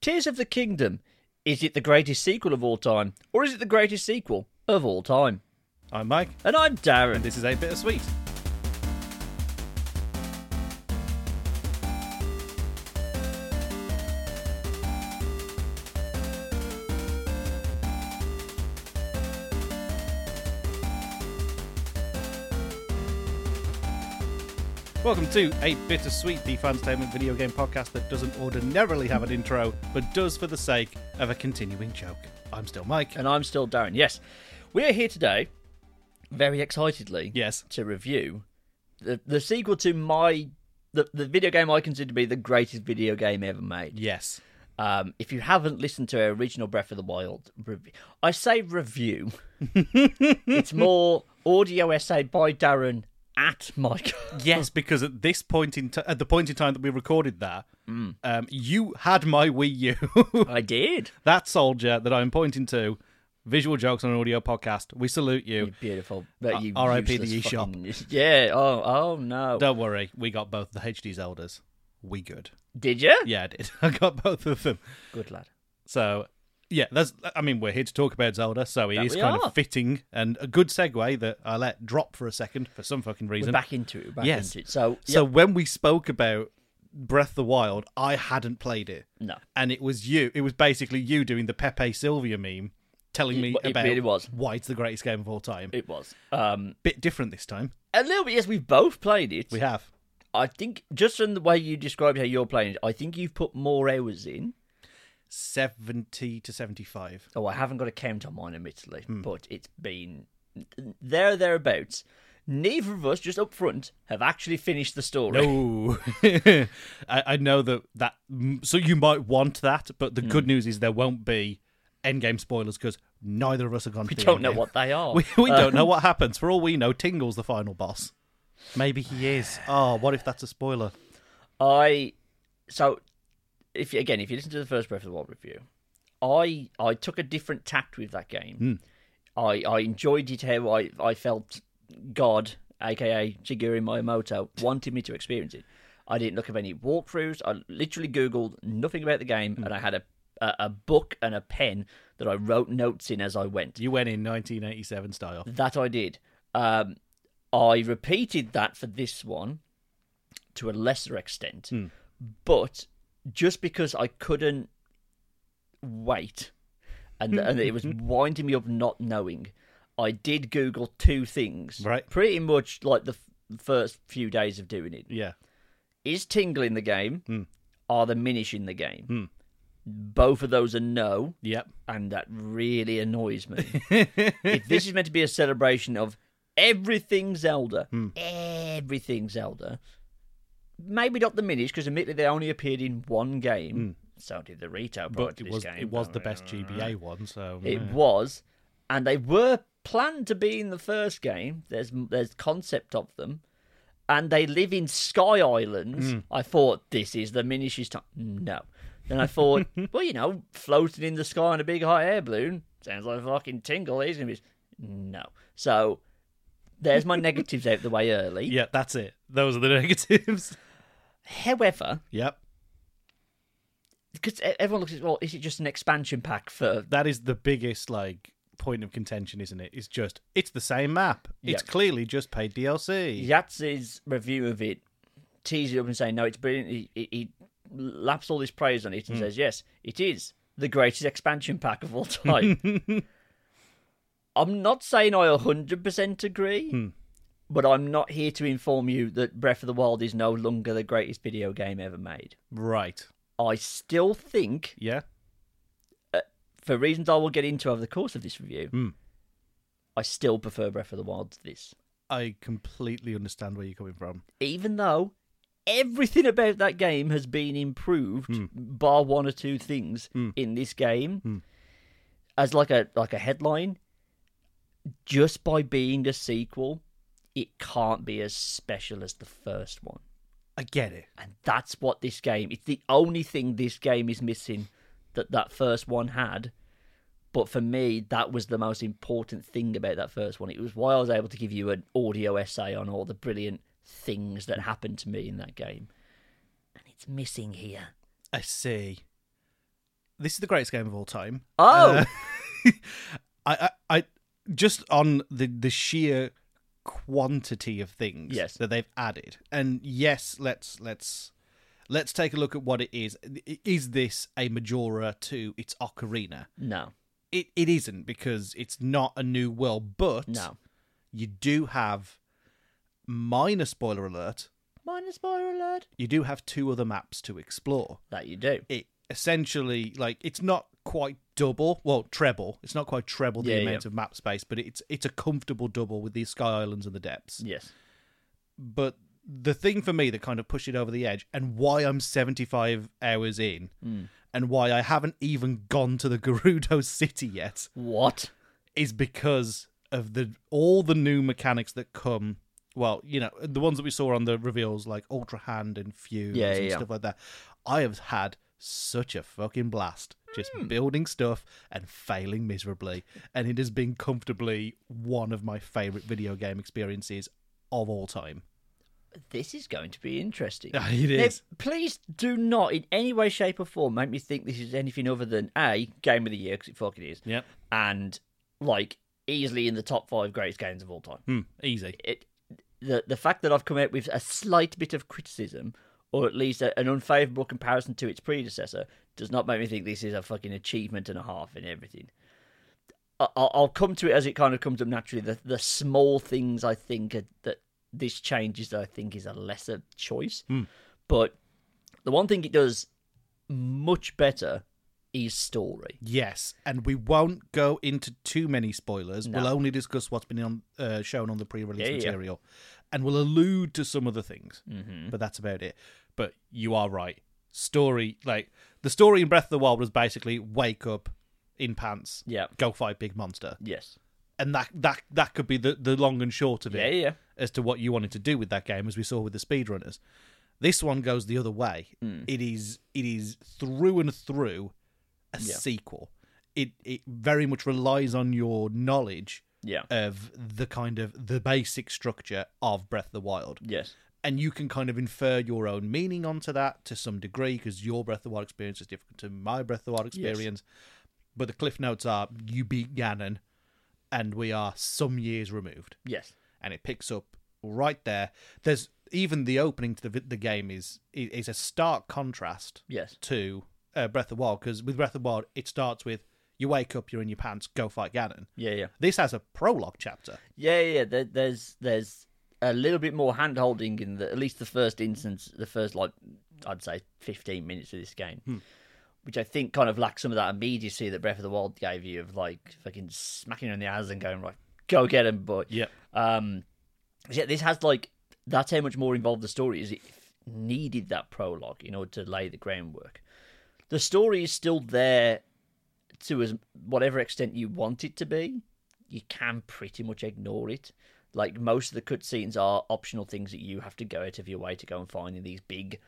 Tears of the Kingdom. Is it the greatest sequel of all time? Or is it the greatest sequel of all time? I'm Mike, And I'm Darren. and this is 8 Bittersweet. Welcome to 8 Bittersweet, the Fantainment video game podcast that doesn't ordinarily have an intro, but does for the sake of a continuing joke. I'm still Mike. And I'm still Darren. Yes. We are here today, very excitedly, Yes. to review the, the sequel to my. The, the video game I consider to be the greatest video game ever made. Yes. Um, if you haven't listened to our original Breath of the Wild review, I say review. it's more audio essay by Darren at Mike. Yes, because at this point in t- at the point in time that we recorded that, Mm. um, you had my Wii U. I did. that soldier that I'm pointing to, visual jokes on an audio podcast. We salute you. Beautiful. But you R.I.P. the useless eShop. fucking- Yeah. Oh. Oh no. Don't worry, we got both the HD Zeldas. We good. Did you? Yeah, I did. I got both of them. Good lad. So yeah, that's. I mean, we're here to talk about Zelda, so it is we kind are. of fitting and a good segue that I let drop for a second for some fucking We're reason. back into it. we're Back Yes. into it. So. So yeah, when we spoke about Breath of the Wild, I hadn't played it. No. and it was you. It was basically you doing the Pepe Sylvia meme, telling me It- it about really was. why it's the greatest game of all time. It was. Um. Bit different this time. A little bit. Yes, we've both played it. We have. I think just from the way you described how you're playing it, I think you've put more hours in. 70 to 75. Oh, I haven't got a count on mine, admittedly, Hmm. but it's been there thereabouts. Neither of us, just up front, have actually finished the story. No. I, I know that, that. So you might want that, but the Hmm. good news is there won't be endgame spoilers because neither of us are gone we don't know what they are. We, we don't know what happens. For all we know, Tingle's the final boss. Maybe he is. Oh, what if that's a spoiler? I so if you, again if you listen to the first Breath of the Wild review, I I took a different tact with that game. I I enjoyed it how I I felt God, aka Shigeru Miyamoto, wanted me to experience it. I didn't look up any walkthroughs. I literally googled nothing about the game, and I had a, a a book and a pen that I wrote notes in as I went. You went in 1987 style. That I did. Um, I repeated that for this one to a lesser extent, but just because I couldn't wait and, and it was winding me up not knowing, I did Google two things. Right. Pretty much like the f- first few days of doing it. Yeah. Is Tingle in the game? Are the Minish in the game? Both of those are no Yep. and that really annoys me. if this is meant to be a celebration of everything Zelda, Hmm. everything Zelda, maybe not the minis because admittedly they only appeared in one game. So did the retail product of Hmm. but it this was game. it was the best GBA one, so It yeah. was, and they were planned to be in the first game. There's there's concept of them, and they live in Sky Islands. Mm. I thought this is the Minish's time. No, then I thought, well, you know, floating in the sky on a big hot air balloon sounds like a fucking tingle. He's gonna be no. So there's my negatives out the way early. yeah, that's it. Those are the negatives. However, yep, because everyone looks at well, is it just an expansion pack for? that is the biggest like point of contention, isn't it? It's just it's the same map. It's Yeah. clearly just paid DLC. Yatz's review of it tees it up and saying, no, it's brilliant. He, he, he laps all his praise on it and says, yes, it is the greatest expansion pack of all time. I'm not saying I 100% agree, but I'm not here to inform you that Breath of the Wild is no longer the greatest video game ever made. Right. I still think, Yeah. for reasons I will get into over the course of this review, I still prefer Breath of the Wild to this. I completely understand where you're coming from. even though everything about that game has been improved, bar one or two things in this game, as like a like a headline, just by being a sequel, it can't be as special as the first one. I get it. And that's what this game. It's the only thing this game is missing that that first one had. But for me, that was the most important thing about that first one. It was why I was able to give you an audio essay on all the brilliant things that happened to me in that game. And it's missing here. I see. this is the greatest game of all time. Oh, Uh, I, I, I just on the the sheer quantity of things Yes. that they've added, and yes, let's let's let's take a look at what it is. I- Is this a Majora to its Ocarina? no, It it isn't because it's not a new world, but no. you do have minor spoiler alert. Minus spoiler alert. You do have two other maps to explore That you do. it essentially like it's not quite double well treble it's not quite treble the Yeah, amount yeah. of map space but it's it's a comfortable double with the sky islands and the depths Yes. but the thing for me that kind of pushed it over the edge and why i'm 75 hours in Hmm. and why i haven't even gone to the gerudo city yet What? is because of the all the new mechanics that come. Well, you know the ones that we saw on the reveals, like Ultra Hand and Fuse Yeah, yeah, and yeah. stuff like that. I have had such a fucking blast just Hmm. building stuff and failing miserably, and it has been comfortably one of my favorite video game experiences of all time. This is going to be interesting. It Now, is. please do not, in any way, shape, or form, make me think this is anything other than a game of the year because it fucking is, Yep. and like easily in the top five greatest games of all time. Hmm, easy. It, the the fact that I've come out with a slight bit of criticism, or at least a, an unfavourable comparison to its predecessor, does not make me think this is a fucking achievement and a half in everything. I, I'll I'll come to it as it kind of comes up naturally. The the small things I think are, that this changes that I think is a lesser choice, but the one thing it does much better is story. Yes, and we won't go into too many spoilers. No. We'll only discuss what's been on, uh, shown on the pre-release Yeah, yeah. material, and we'll allude to some other things. Mm-hmm. But that's about it. But you are right. Story, like the story in Breath of the Wild, was basically wake up in pants, Yeah. go fight big monster, Yes. and that that that could be the the long and short of it Yeah. Yeah. as to what you wanted to do with that game, as we saw with the speedrunners. This one goes the other way. It is it is through and through a Yeah. sequel. It it very much relies on your knowledge Yeah. of the kind of the basic structure of Breath of the Wild Yes. and you can kind of infer your own meaning onto that to some degree because your Breath of the Wild experience is different to my Breath of the Wild experience. But the cliff notes are you beat Ganon, and we are some years removed, Yes. and it picks up right there. There's even the opening to the vi- the game is is is a stark contrast Yes. to uh, Breath of the Wild because with Breath of the Wild it starts with you wake up, you're in your pants, go fight Ganon. Yeah. Yeah. This has a prologue chapter. Yeah, yeah. yeah. There, there's there's a little bit more hand holding in the, at least the first instance, the first like I'd say 15 minutes of this game, which I think kind of lacks some of that immediacy that Breath of the Wild gave you of like fucking smacking her in the ass and going right, go get him, boy. Yep. Um, yeah, this has like that's how much more involved the story is. It needed that prologue in order to lay the groundwork. The story is still there to as whatever extent you want it to be. You can pretty much ignore it. Like most of the cutscenes are optional things that you have to go out of your way to go and find in these big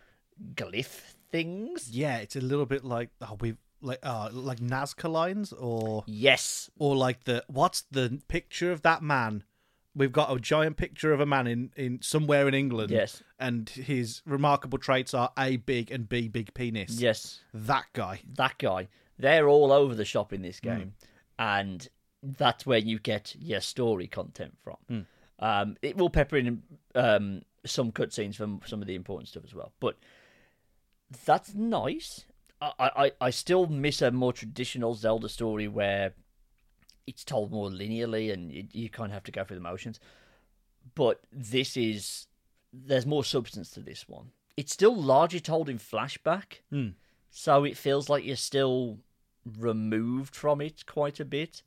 glyph things. Yeah, it's a little bit like oh, we've like uh, like Nazca lines or Yes, or like the what's the picture of that man? We've got a giant picture of a man in, in somewhere in England. Yes. And his remarkable traits are A big and B big penis. yes. That guy. that guy. They're all over the shop in this game, and that's where you get your story content from. Um, it will pepper in um, some cutscenes from some of the important stuff as well, but that's nice. I, I, I still miss a more traditional Zelda story where it's told more linearly and you, you kind of have to go through the motions. But this is there's more substance to this one. It's still largely told in flashback, so it feels like you're still removed from it quite a bit.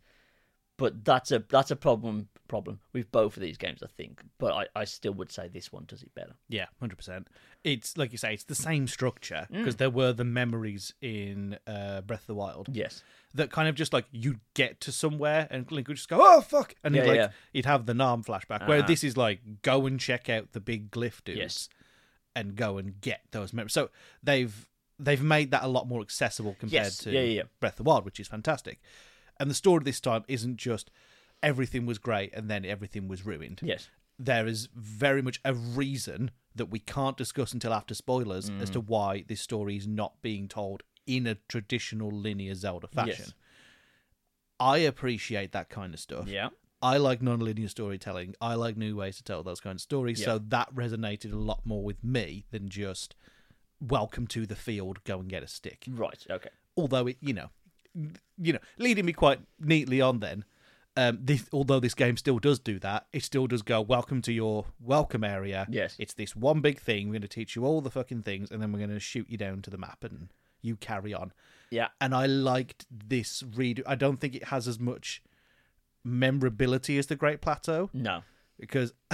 But that's a that's a problem problem with both of these games, I think. But I, I still would say this one does it better. Yeah, hundred percent. It's like you say, it's the same structure Mm. because there were the memories in uh, Breath of the Wild. Yes. that kind of just like you get to somewhere and Link would just go, oh fuck, and he'd Yeah, like yeah. Uh-huh. he'd have the Narm flashback. Where this is like go and check out the big glyph dudes Yes. and go and get those memories. So they've they've made that a lot more accessible compared Yes. to Yeah, yeah, yeah. Breath of the Wild, which is fantastic. And the story this time isn't just everything was great and then everything was ruined. Yes. There is very much a Mm. reason that we can't discuss until after spoilers as to why this story is not being told in a traditional linear Zelda fashion. Yes. I appreciate that kind of stuff. Yeah. I like non-linear storytelling. I like new ways to tell those kind of stories. So that resonated a lot more with me than just welcome to the field, go and get a stick. Right. Okay. Although it, you know, you know, leading me quite neatly on then. Um, this, although this game still does do that, it still does go welcome to your welcome area. Yes. it's this one big thing. We're going to teach you all the fucking things, and then we're going to shoot you down to the map, and you carry on Yeah. and I liked this read. I don't think it has as much memorability as the Great Plateau No. because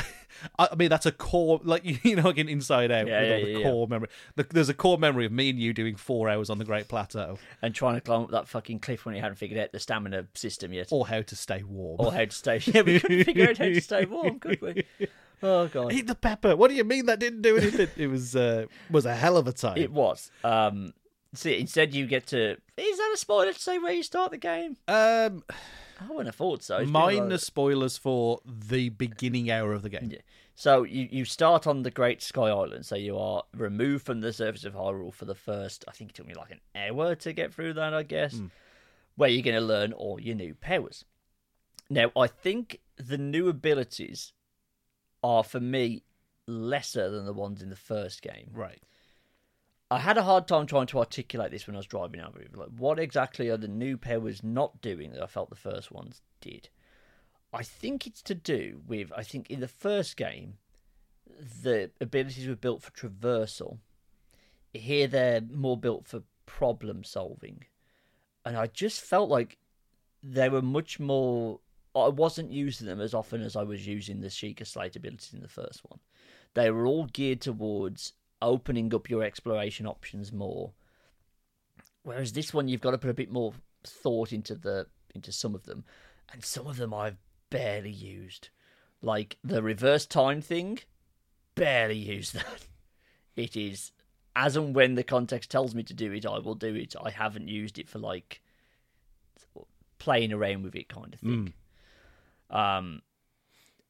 I, I mean that's a core like you know like in Inside Out Yeah, with all yeah, the yeah, yeah. core memory. The, there's a core memory of me and you doing four hours on the Great Plateau And trying to climb up that fucking cliff when he hadn't figured out the stamina system yet. or how to stay warm. Or how to stay. Yeah, we couldn't figure out how to stay warm, could we? Oh god, Eat the pepper. What do you mean that didn't do anything? it was uh, was a hell of a time. it was. Um, see, instead you get to. Is that a spoiler to say where you start the game? um, I wouldn't have thought so. It's been a while. minus spoilers for the beginning hour of the game. Yeah. So you, you start on the Great Sky Island. So you are removed from the surface of Hyrule for the first. I think it took me like an hour to get through that. I guess where you're going to learn all your new powers. Now I think the new abilities are for me lesser than the ones in the first game. Right. I had a hard time trying to articulate this when I was driving over. it. Like, what exactly are the new powers not doing that I felt the first ones did? I think it's to do with I think in the first game, the abilities were built for traversal. Here they're more built for problem solving, and I just felt like they were much more. I wasn't using them as often as I was using the Sheikah Slate abilities in the first one they were all geared towards opening up your exploration options more. Whereas this one, you've got to put a bit more thought into the into some of them, and some of them I've barely used, like the reverse time thing. Barely use that. It is as and when the context tells me to do it, I will do it. I haven't used it for like playing around with it kind of thing. Um,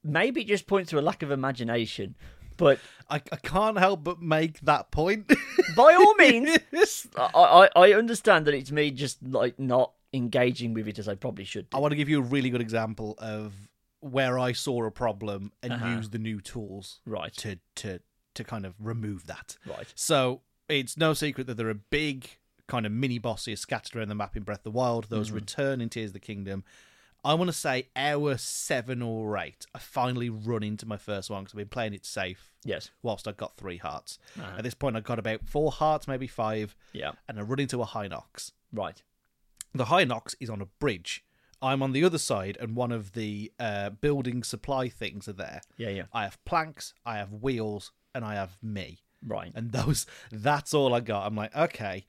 maybe it just points to a lack of imagination, but I, I can't help but make that point. by all means, I, I I understand that it's me just like not engaging with it as I probably should. I Do. want to give you a really good example of where I saw a problem and Uh-huh. used the new tools Right, to to to kind of remove that. right, So it's no secret that there are big kind of mini bosses scattered around the map in Breath of the Wild. Those return in Tears of the Kingdom. I want to say hour seven or eight. I finally run into my first one because I've been playing it safe yes, whilst I got three hearts. Uh-huh. At this point, I got about four hearts, maybe five, yeah, and I run into a Hinox right, the High Knox is on a bridge. I'm on the other side, and one of the uh, building supply things are there. yeah, yeah, I have planks, I have wheels, and I have me. right, And those, that's all I got. I'm like, okay.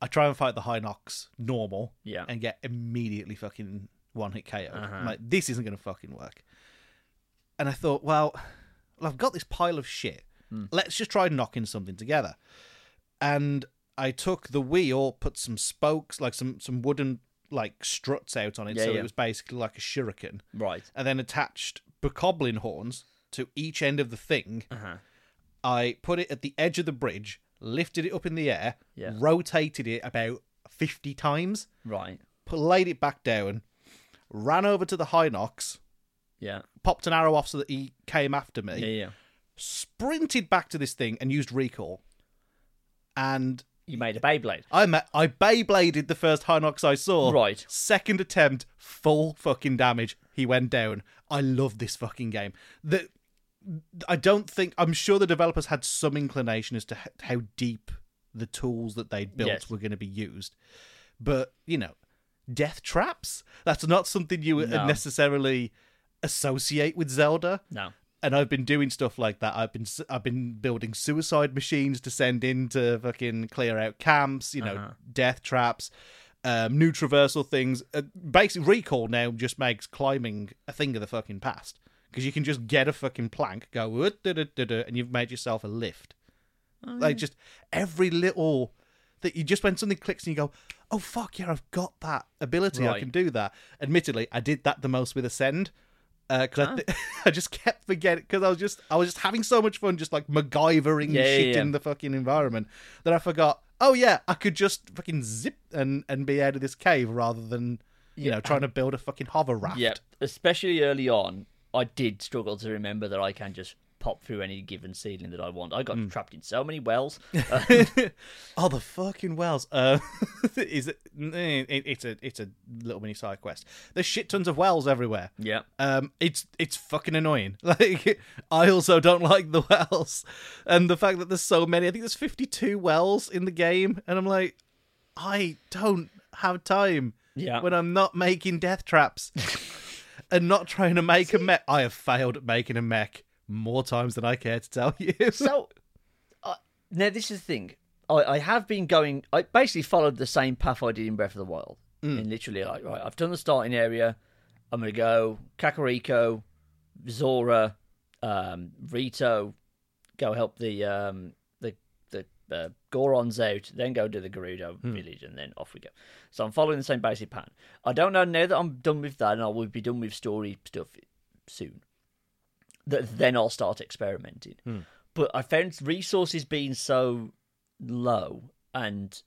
I try and fight the High Knox normal Yeah. Uh-huh. and get immediately fucking one hit KO. I'm like, this isn't going to fucking work. And I thought, well, well, I've got this pile of shit. Hmm. Let's just try knocking something together. And I took the wheel, put some spokes, like some, some wooden like struts out on it. Yeah, so yeah. it was basically like a shuriken. right, And then attached bokoblin horns to each end of the thing. uh-huh. I put it at the edge of the bridge, lifted it up in the air, Yeah. rotated it about 50 times, right, put, laid it back down, ran over to the Hinox, yeah, popped an arrow off so that he came after me, yeah, yeah. sprinted back to this thing and used recall. And You made a Beyblade. I met, I Beybladed the first Hinox I saw. Right. Second attempt, full fucking damage. He went down. I love this fucking game. The, I don't think I'm sure the developers had some inclination as to h- how deep the tools that they built Yes. were going to be used, but you know, death traps. That's not something you would No. necessarily associate with Zelda No, and I've been doing stuff like that. I've been s- I've been building suicide machines to send in to fucking clear out camps, you know, death traps, um, new traversal things. Uh, basically, recall now just makes climbing a thing of the fucking past because you can just get a fucking plank, go "Uh, duh, duh, duh, duh," and you've made yourself a lift. like just every little that you just when something clicks and you go. Oh fuck yeah! I've got that ability. I Right. can do that. Admittedly, I did that the most with Ascend, because Uh, Oh. I, th- I just kept forgetting because I was just I was just having so much fun just like MacGyvering Yeah, yeah, shit yeah. in the fucking environment that I forgot. oh yeah, I could just fucking zip and and be out of this cave rather than you know trying to build a fucking hover raft. Yeah, especially early on, I did struggle to remember that I can just pop through any given ceiling that I want. I got trapped in so many wells. Uh, Oh, the fucking wells. Uh, is it, eh, it? It's a it's a little mini side quest. There's shit tons of wells everywhere. yeah, Um, it's it's fucking annoying. Like I also don't like the wells, and the fact that there's so many. I think there's 52 wells in the game, and I'm like, I don't have time. Yeah. When I'm not making death traps, and not trying to make a mech. I have failed at making a mech more times than I care to tell you. so uh, now this is the thing. I, I have been going. I basically followed the same path I did in Breath of the Wild, and literally like right, I've done the starting area. I'm gonna go Kakariko, Zora, um, Rito, go help the um, the the uh, Gorons out, then go to the Gerudo village, and then off we go. So I'm following the same basic pattern. I don't know now that I'm done with that, and I will be done with story stuff soon. That then I'll start experimenting. Hmm. But I found resources being so low, and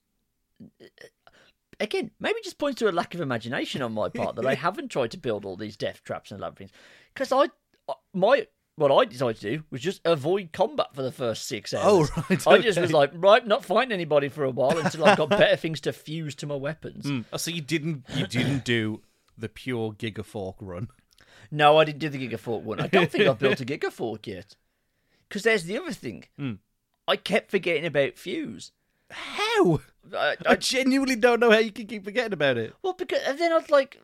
again, maybe just points to a lack of imagination on my part that I haven't tried to build all these death traps and labyrinths. Because I, my what I decided to do was just avoid combat for the first six hours. Oh, right, I just was like, right, not fighting anybody for a while until I've got better things to fuse to my weapons. Oh, so you didn't you didn't do the pure Gigafork run. No, I didn't do the Gigafork one. I don't think I've built a Gigafork yet. Because there's the other thing. I kept forgetting about fuse. How? I, I I, genuinely don't know how you can keep forgetting about it. well, because and then I'd like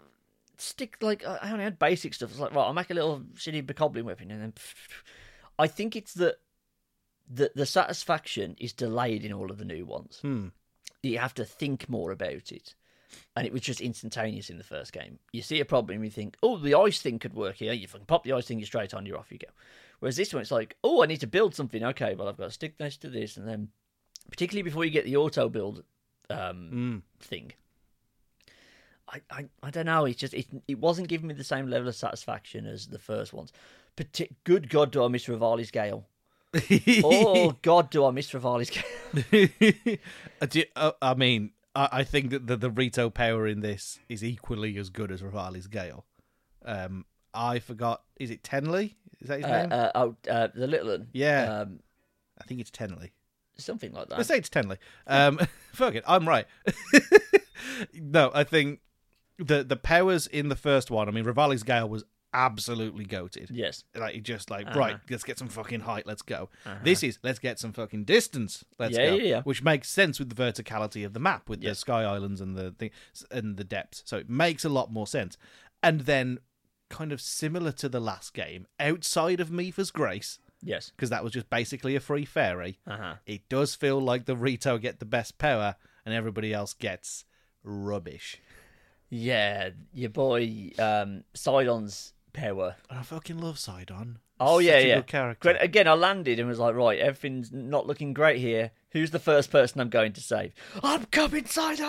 stick like I I only had basic stuff. It's like right, I'll make a little shitty bokoblin weapon, and then I think it's that the the satisfaction is delayed in all of the new ones. You have to think more about it. And it was just instantaneous in the first game. You see a problem, you think, "Oh, the ice thing could work here." You fucking pop the ice thing, you're straight on, you're off, you go. Whereas this one, it's like, "Oh, I need to build something." Okay, well, I've got to stick this to this, and then, particularly before you get the auto build um, thing, I, I, I don't know. It's just it, it wasn't giving me the same level of satisfaction as the first ones. Partic- good God, do I miss Rivali's Gale? Oh God, do I miss Rivali's Gale? I do- uh, I mean, I, I think that the, the Rito power in this is equally as good as Rivali's Gale. Um, I forgot. Is it Tenley? Is that his Uh, name? uh, oh, uh, the little one. Yeah. um, I think it's Tenley. uh, something like Let's that. say it's Tenley. Um, fuck it, I'm right. no, I think the the powers in the first one. I mean, Rivali's Gale was absolutely goated. Yes, Like you just like right, Uh-huh. let's get some fucking height, let's go. This is let's get some fucking distance, let's Yeah, go. yeah, yeah. Which makes sense with the verticality of the map, with Yeah. the sky islands and the thing and the depths. So it makes a lot more sense. And then, kind of similar to the last game, outside of Mifa's grace, yes. because that was just basically a free fairy. Uh-huh. It does feel like the Rito get the best power, and everybody else gets rubbish. Yeah, your boy um, Sidon's power. And I fucking love Sidon. Oh Such yeah, a yeah. good character. Great- Again, I landed and was like, right, everything's not looking great here. Who's the first person I'm going to save? I'm coming, Sidon.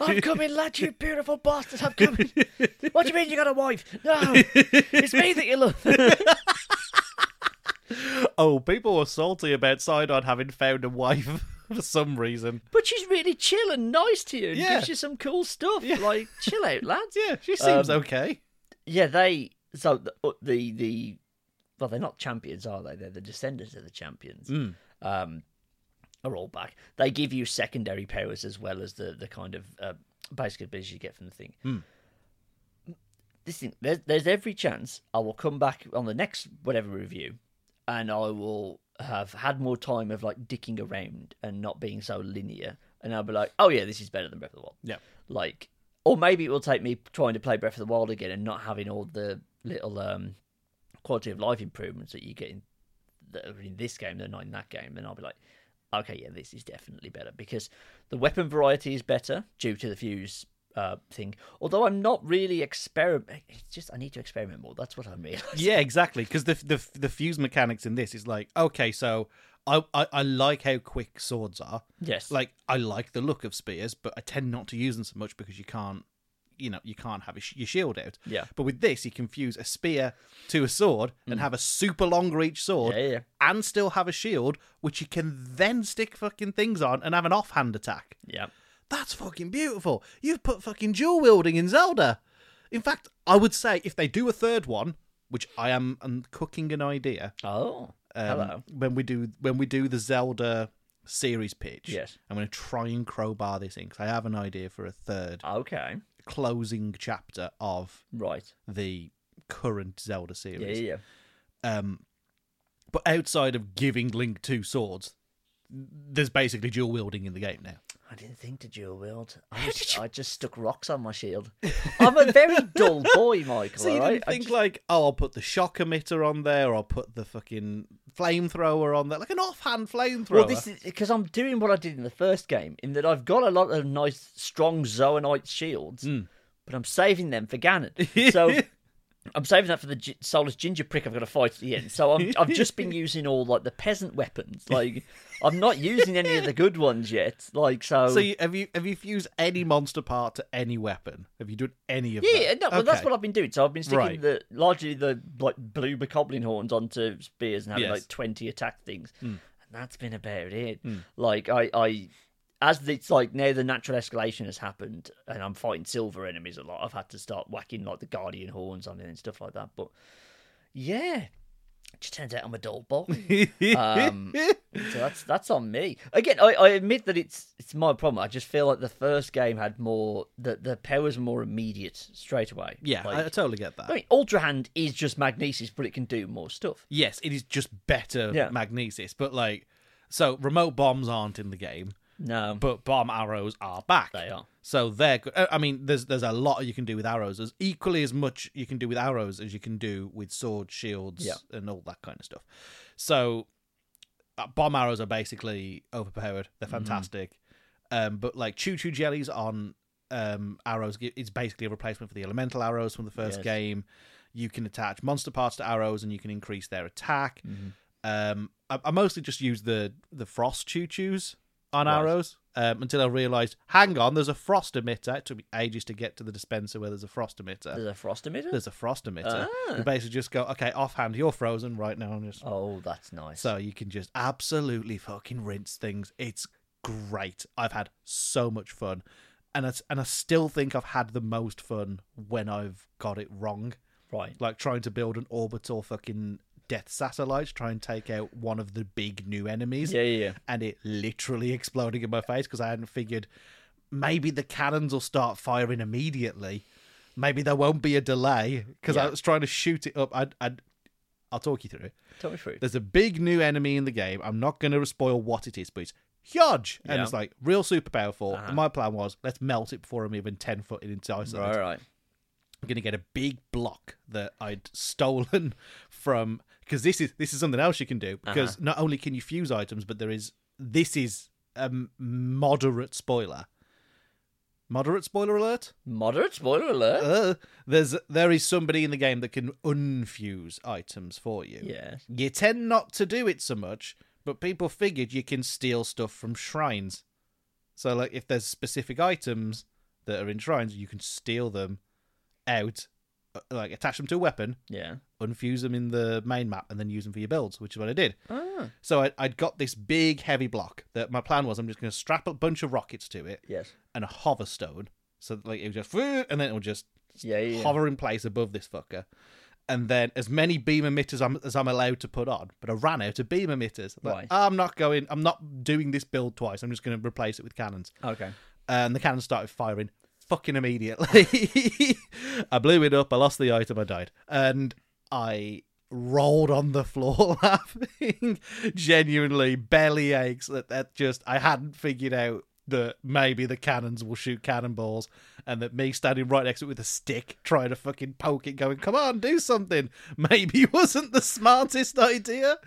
I'm coming, lad. You beautiful bastard. I'm coming. What do you mean you got a wife? No, it's me that you love. Oh, people were salty about Sidon having found a wife for some reason. but she's really chill and nice to you. And Yeah. gives you some cool stuff. Yeah. Like, chill out, lads. Yeah, she seems Um, okay. Yeah, they. So the, uh, the the well, they're not champions, are they? They're the descendants of the champions. Um, are all back. They give you secondary powers as well as the the kind of uh, basic abilities you get from the thing. This thing, there's, there's every chance I will come back on the next whatever review, and I will have had more time of like dicking around and not being so linear, and I'll be like, oh yeah, this is better than Breath of the Wild Yeah. like or maybe it will take me trying to play breath of the wild again and not having all the little um quality of life improvements that you get in that are in this game they're not in that game then i'll be like okay yeah this is definitely better because the weapon variety is better due to the fuse uh, thing although i'm not really experiment it's just i need to experiment more that's what i mean Yeah, exactly. Because the, the the fuse mechanics in this is like okay, so I, I I like how quick swords are. yes Like I like the look of spears, but I tend not to use them so much because you can't you know you can't have your sh- your shield out. Yeah. But with this, he can fuse a spear to a sword and have a super long reach sword, Yeah, yeah. and still have a shield, which he can then stick fucking things on and have an offhand attack. Yeah. That's fucking beautiful. You've put fucking dual wielding in Zelda. In fact, I would say if they do a third one, which I am I'm cooking an idea Oh. um, hello. when we do when we do the Zelda series pitch. Yes. I'm going to try and crowbar this in because I have an idea for a third Okay. closing chapter of Right. the current Zelda series. Yeah, yeah, yeah. Um, but outside of giving Link two swords, there's basically dual wielding in the game now. I didn't think to dual wield. I just, I just stuck rocks on my shield. I'm a very dull boy, Michael. So you all right? didn't I think just- like, oh, I'll put the shock emitter on there, or I'll put the fucking flamethrower on there, like an offhand flamethrower. well, this is because I'm doing what I did in the first game, in that I've got a lot of nice, strong Zoanite shields, Hmm. but I'm saving them for Ganon. So I'm saving that for the gi- soulless ginger prick I've got to fight at the end. So I'm, I've just been using all like the peasant weapons. Like I'm not using any of the good ones yet. Like so. So you, have you have you fused any monster part to any weapon? Have you done any of that? yeah, no, well, that's Okay. what I've been doing. So I've been sticking Right. the largely the like blue bokoblin horns onto spears and having Yes. Hmm. like twenty attack things, and that's been about it. Like I, I, as the, it's like now the natural escalation has happened, and I'm fighting silver enemies a lot. I've had to start whacking like the guardian horns on it and stuff like that. But yeah, it just turns out I'm a dull boy. um, so that's that's on me. Again, I, I admit that it's it's my problem. I just feel like the first game had more the the powers were more immediate straight away. Yeah, I, I Like, totally get that. I mean, Ultra Hand is just Magnesis, but it can do more stuff. Yes, it is just better Yeah. magnesis, but like, so remote bombs aren't in the game, No, but bomb arrows are back. They are. So they're. go- uh, I mean, there's there's a lot you can do with arrows. There's equally as much you can do with arrows as you can do with sword shields Yeah. and all that kind of stuff. So uh, bomb arrows are basically overpowered. They're Mm-hmm. fantastic, um, but like choo choo jellies on um, arrows gi- it's basically a replacement for the elemental arrows from the first Yes. game. You can attach monster parts to arrows and you can increase their attack. Mm-hmm. Um, I, I mostly just use the the frost choo choos on Right. arrows um, until I realised, hang on, there's a frost emitter. It took me ages to get to the dispenser where there's a frost emitter. there's a frost emitter. There's a frost emitter. Ah. You basically just go, okay, offhand, you're frozen right now. I'm just Oh, that's nice. so you can just absolutely fucking rinse things. It's great. I've had so much fun, and I, and I still think I've had the most fun when I've got it wrong. right. Like trying to build an orbital fucking death satellite, to try and take out one of the big new enemies, Yeah, yeah, yeah. and it literally exploding in my face because I hadn't figured maybe the cannons will start firing immediately. Maybe there won't be a delay because I Yeah. was trying to shoot it up. I'd, I'd, I'll talk you through it. Talk me through. There's a big new enemy in the game. I'm not going to spoil what it is, but it's huge. And Yeah. Uh-huh. it's like real super powerful. And my plan was let's melt it before I'm even 10 foot into eyesight. All right. I'm going to get a big block that I'd stolen from. Because this is this is something else you can do. Because not only can you fuse items, but there is. This is a m- moderate spoiler. Moderate spoiler alert? Moderate spoiler alert. Uh, there's there is somebody in the game that can unfuse items for you. Yes. You tend not to do it so much, but people figured you can steal stuff from shrines. So, like, if there's specific items that are in shrines, you can steal them out, uh, like, attach them to a weapon, Yeah. unfuse them in the main map, and then use them for your builds, which is what I did. Ah. So, I, I'd got this big, heavy block that my plan was I'm just going to strap a bunch of rockets to it Yes. and a hover stone. So, that, like, it would just, and then it would just Yeah, yeah. yeah. hover in place above this fucker, and then as many beam emitters I'm, as I'm allowed to put on. But I ran out of beam emitters. Like, "Ah, Right. I'm not going. I'm not doing this build twice. I'm just going to replace it with cannons. Okay. Uh, And the cannons started firing fucking immediately. I blew it up. I lost the item. I died, and I rolled on the floor laughing genuinely belly aches that that just i hadn't figured out that maybe the cannons will shoot cannonballs and that me standing right next to it with a stick trying to fucking poke it going come on do something maybe wasn't the smartest idea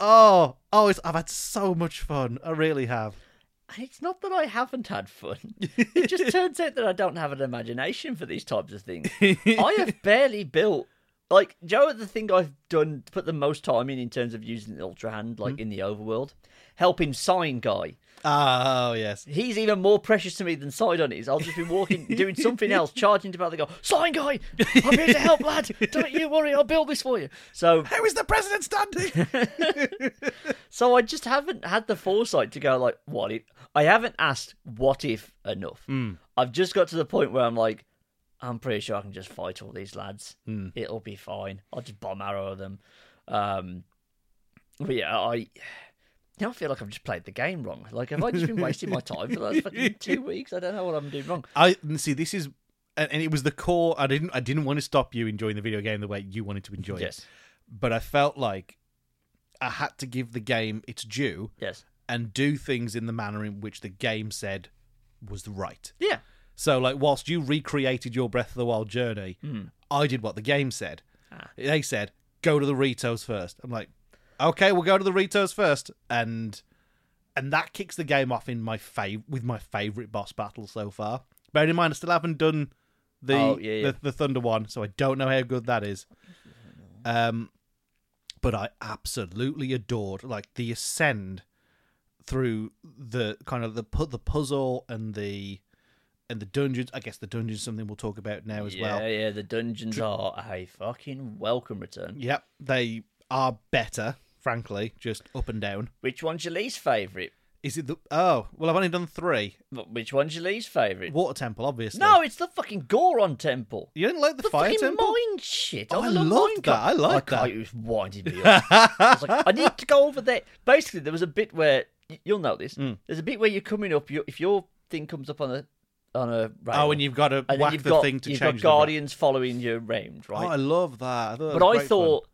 oh oh it's, i've had so much fun i really have And it's not that I haven't had fun. It just turns out that I don't have an imagination for these types of things. I have barely built like Joe, the thing I've done put the most time in in terms of using the ultra hand, like in the overworld, helping sign guy. Oh yes. He's even more precious to me than Sidon is. I'll just be walking, doing something else, charging to about the guy. Sign guy, I'm here to help, lad. Don't you worry, I'll build this for you. So, How is the president standing? so I just haven't had the foresight to go like, what if? I haven't asked what if enough. I've just got to the point where I'm like, I'm pretty sure I can just fight all these lads. It'll be fine. I'll just bomb arrow them. Um, but yeah, I now I feel like I've just played the game wrong. Like, have I just been wasting my time for the last fucking two weeks? I don't know what I'm doing wrong. I and see. This is, and, and it was the core. I didn't. I didn't want to stop you enjoying the video game the way you wanted to enjoy Yes, it. But I felt like I had to give the game its due yes, and do things in the manner in which the game said was right. yeah, So, like, whilst you recreated your Breath of the Wild journey, I did what the game said. Hmm. Ah. They said, go to the Ritos first. I'm like, okay, we'll go to the Ritos first. And and that kicks the game off in my fav- with my favourite boss battle so far. Bearing in mind, I still haven't done the, Oh, yeah, yeah. the the Thunder one, so I don't know how good that is. Um, but I absolutely adored like the ascend through the kind of the pu- the puzzle and the and the dungeons. I guess the dungeons something we'll talk about now as yeah, well. yeah. The dungeons are a fucking welcome return. Yep, they are better, frankly, just up and down. Which one's your least favorite? Is it the oh well? I've only done three. Which one's your least favorite? Water temple, obviously. No, it's the fucking Goron Temple. you didn't like the, The fire fucking temple. mine shit. Oh, I love loved mine that. con- I liked can't- that. It was winding me up. I was like, I need to go over there. Basically, there was a bit where y- you'll know this. Mm. There's a bit where you're coming up. you if your thing comes up on a on a rail, Oh, and you've got to and then whack you've the got thing to you've change got guardians following you around, the. Oh, right? I love that. I thought that but was I great thought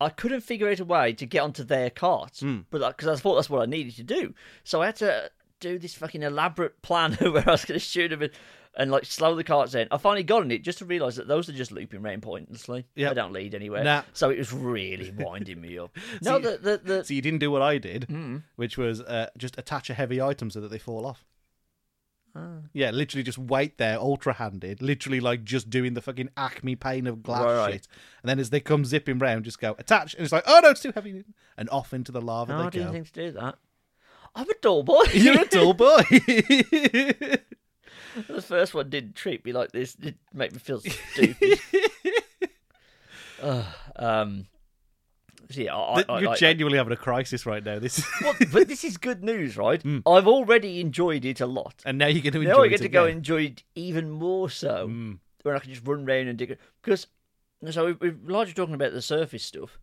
I couldn't figure out a way to get onto their cart, Hmm. but because I thought that's what I needed to do, so I had to do this fucking elaborate plan where I was going to shoot them and, and like slow the carts down. I finally got on it just to realise that those are just looping round pointlessly. Yep. They don't lead anywhere. Nah. So it was really winding me up. No, See- the the, the fun. So you didn't do what I did, Hmm. which was uh, just attach a heavy item so that they fall off. Ah. Yeah, literally just wait there, ultra handed, literally like just doing the fucking acme pane of glass Right. shit. And then as they come zipping round, just go attach, and it's like, oh no, it's too heavy, and off into the lava how they Oh, do you go. think to do that? I'm a dull boy. You're a dull boy. the first one didn't treat me like this. It make me feel stupid. Ugh, um, so yeah, I, I, I You're like that. genuinely having a crisis right now. This, Well, but this is good news, right? I've already enjoyed it a lot. and now you're going to enjoy Now I Hmm. it Hmm. get to go again. enjoy it even more so when I can just run round and dig it. Because, so we- we're largely talking about the surface stuff.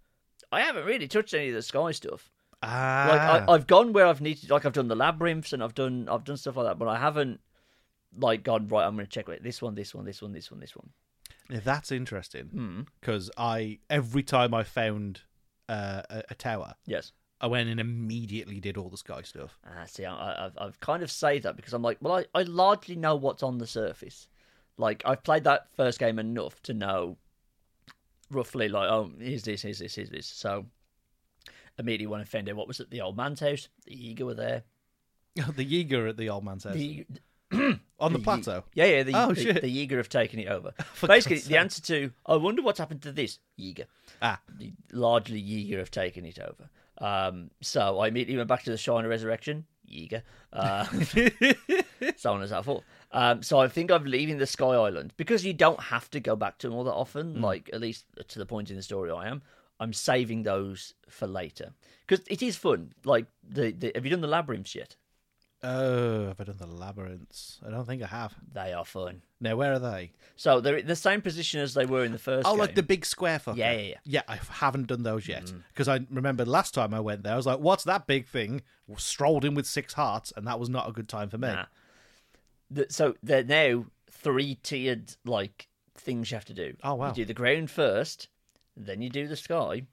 I haven't really touched any of the sky stuff. Ah, Like I, I've gone where I've needed, like I've done the labyrinths and I've done I've done stuff like that, but I haven't like gone right. I'm going to check it. This one, this one, this one, this one, this one. Now, that's Hmm. interesting because I every time I found uh, a, a tower, Yes. I went and immediately did all the sky stuff. Ah, see, I, I- I've, I've kind of saved that because I'm like, well, I, I largely know what's on the surface. Like, I've played that first game enough to know roughly, like, oh, here's this, here's this, here's this. So, immediately when I found out what was at the old man's house, the eager were there. the Yeager at the old man's house The, on the, the- plateau. yeah, yeah, the, Oh, the, shit. the eager have taken it over. For Basically, God's the answer to, I wonder what's happened to this, eager. Ah, the- largely Yeager have taken it over. Um, so I immediately went back to the Shrine of Resurrection, Yeager, uh, Oh, so on and so forth. Um, so I think I'm leaving the Sky Island because you don't have to go back to them all that often. Mm. Like at least to the point in the story I am. I'm saving those for later because it is fun. Like the, the have you done the labyrinths yet? oh, have I done the labyrinths? I don't think I have. They are fun. Now where are they? So they're in the same position as they were in the first. Oh, game. like the big square fucker. Yeah, yeah, yeah. Yeah, Mm. I haven't done those yet because I remember last time I went there, I was like, "What's that big thing?" Strolled in with six hearts, and that was not a good time for me. Nah. th- so they're now three tiered like things you have to do. Oh, wow. You do the ground first, then you do the sky,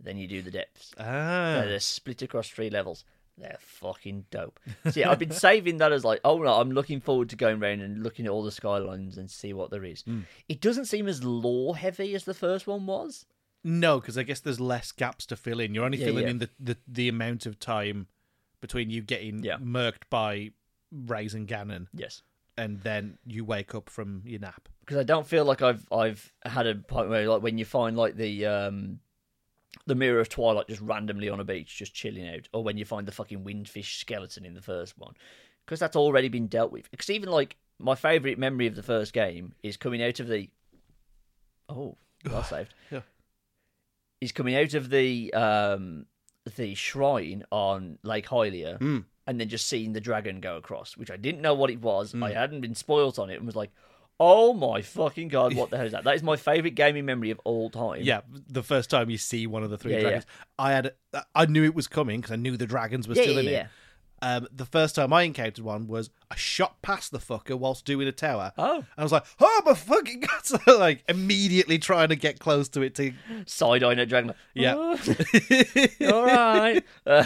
then you do the depths. Ah, So they're split across three levels. They're fucking dope. See, I've been saving that as like, oh no, I'm looking forward to going round and looking at all the skylines and see what there is. It doesn't seem as lore heavy as the first one was. No, because I guess there's less gaps to fill in. You're only Yeah, filling yeah. in the, the, the amount of time between you getting Yeah. murked by Rays and Ganon Yes. and then you wake up from your nap. because I don't feel like I've I've had a point where like when you find like the um the mirror of twilight just randomly on a beach just chilling out, or when you find the fucking windfish skeleton in the first one, because that's already been dealt with. Because even like my favorite memory of the first game is coming out of the oh well saved Yeah. is coming out of the um the shrine on Lake Hylia. And then just seeing the dragon go across, which I didn't know what it was. I hadn't been spoilt on it, and was like, "Oh my fucking god, what the hell is that?" That is my favorite gaming memory of all time. Yeah, the first time you see one of the three Yeah, yeah. dragons, I had I knew it was coming because I knew the dragons were yeah, still yeah, in yeah. it. Um, the first time I encountered one was I shot past the fucker whilst doing a tower. Oh. I was like, oh my fucking god! So, like immediately trying to get close to it to Side eyeing at dragon. like, Yeah. "Oh, all right. Uh,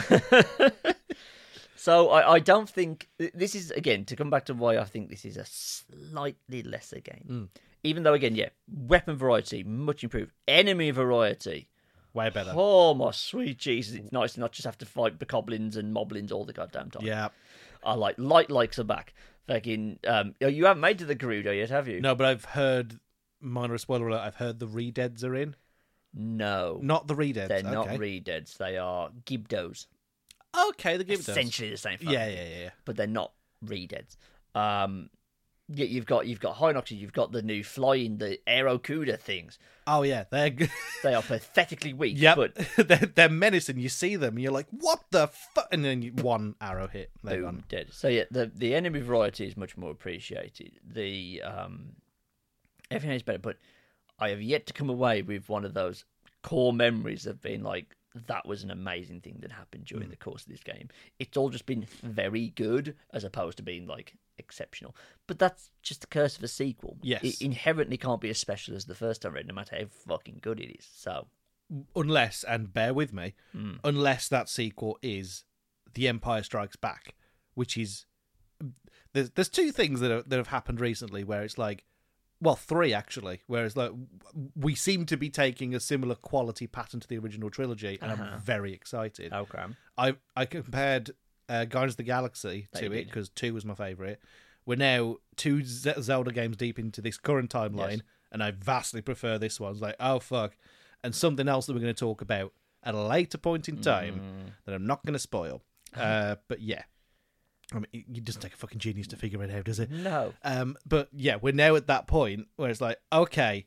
so I, I don't think th- this is again to come back to why I think this is a slightly lesser game. Hmm. Even though again, yeah, weapon variety much improved, enemy variety. way better. Oh my sweet Jesus! It's nice to not just have to fight the goblins and moblins all the goddamn time. Yeah, I like light likes are back. Fucking um, oh, you haven't made to the Gerudo yet, have you? no, but I've heard minor spoiler alert. I've heard the redeads are in, No, not the redeads. they're okay. not re-deads. They are Gibdos. okay, the give does. Essentially the same thing. Yeah, yeah, yeah. but they're not re-deads. Um, yeah, you've got you've got Hinoxy, you've got the new flying the Aerocuda things. Oh yeah, they're g- They are pathetically weak. yep. but they're, they're menacing. You see them, and you're like, what the fuck? And then you, one arrow hit, they're boom, gone. dead. So yeah, the the enemy variety is much more appreciated. The um, everything is better, but I have yet to come away with one of those core memories of being like that was an amazing thing that happened Mm. during the course of this game. It's all just been very good as opposed to being like exceptional. But that's just the curse of a sequel. Yes. It inherently can't be as special as the first time read, no matter how fucking good it is. So Unless, and bear with me, unless that sequel is The Empire Strikes Back, which is there's there's two things that are, that have happened recently where it's like, well, three actually, where it's like w- we seem to be taking a similar quality pattern to the original trilogy, and I'm very excited. Okay. I I compared uh, Guardians of the Galaxy you to it did. because two was my favorite. We're now two Z- Zelda games deep into this current timeline, Yes. and I vastly prefer this one. It's like, oh fuck, and something else that we're going to talk about at a later point in time Mm. that I'm not going to spoil. Uh, but yeah, I mean, it it doesn't take a fucking genius to figure it out, does it? No. Um, but yeah, we're now at that point where it's like, okay,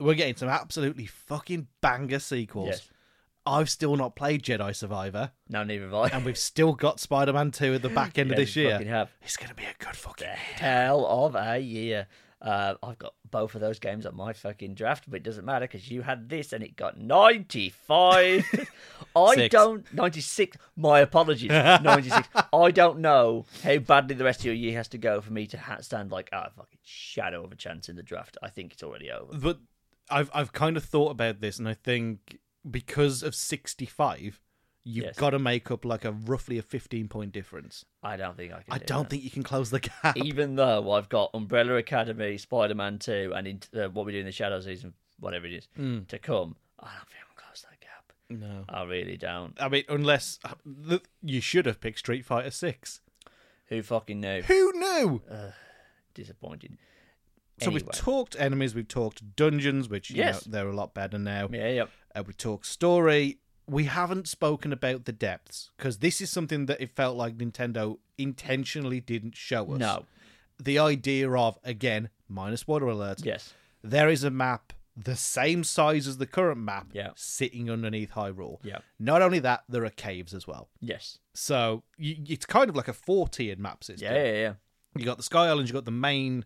we're getting some absolutely fucking banger sequels. Yes. I've still not played Jedi Survivor No, neither have I. and we've still got Spider Man 2 at the back end of Yeah, this we year. fucking have. It's going to be a good fucking. hell of a year. Uh, I've got both of those games on my fucking draft, but it doesn't matter because you had this and it got 95. I Six. don't. 96. My apologies. 96. I don't know how badly the rest of your year has to go for me to ha- stand like a fucking shadow of a chance in the draft. I think it's already over. But I've, I've kind of thought about this, and I think because of 65, you've Yes. got to make up like a roughly a 15 point difference. I don't think I can. I do don't that. think you can close the gap. Even though I've got Umbrella Academy, Spider Man 2, and in, uh, what we do in the Shadow Season, whatever it is, to come, I don't think I'm close to that gap. Hmm. No. I really don't. I mean, unless th- you should have picked Street Fighter 6. Who fucking knew? Who knew? disappointed. So we've Uh, Anyway. talked enemies, we've talked dungeons, which you Yes. know, they're a lot better now. yeah, yeah. uh, we talk story. We haven't spoken about the depths because this is something that it felt like Nintendo intentionally didn't show us. No. The idea of, again, minus spoiler alert, Yes. there is a map the same size as the current map Yeah. sitting underneath Hyrule. Yeah. Not only that, there are caves as well. Yes. So you, it's kind of like a four tiered map system. Yeah, yeah, yeah. You got the Sky Islands, you got the main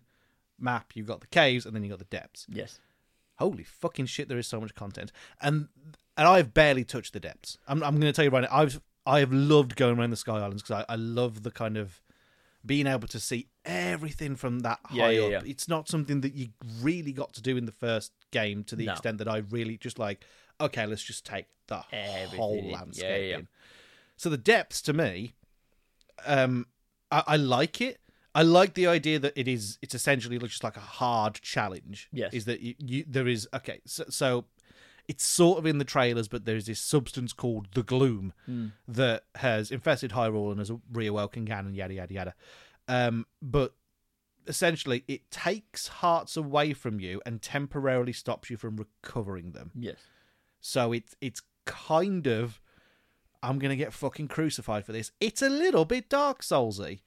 map, you've got the caves, and then you got the depths. Yes. holy fucking shit there is so much content and and i've barely touched the depths i'm, I'm going to tell you right now i've i have loved going around the sky islands because I, I love the kind of being able to see everything from that Yeah, high yeah, up yeah. it's not something that you really got to do in the first game to the No. extent that i really just like okay let's just take the Everything in. whole Yeah, yeah, landscape yeah. in. so the depths to me um I, I like it i like the idea that it is it's essentially just like a hard challenge Yes. is that you, you there is okay so, so it's sort of in the trailers but there's this substance called the gloom that has infested hyrule and has reawoken ganon yada yada yada um but essentially it takes hearts away from you and temporarily stops you from recovering them. Yes. So it's it's kind of I'm gonna get fucking crucified for this. It's a little bit Dark Soulsy.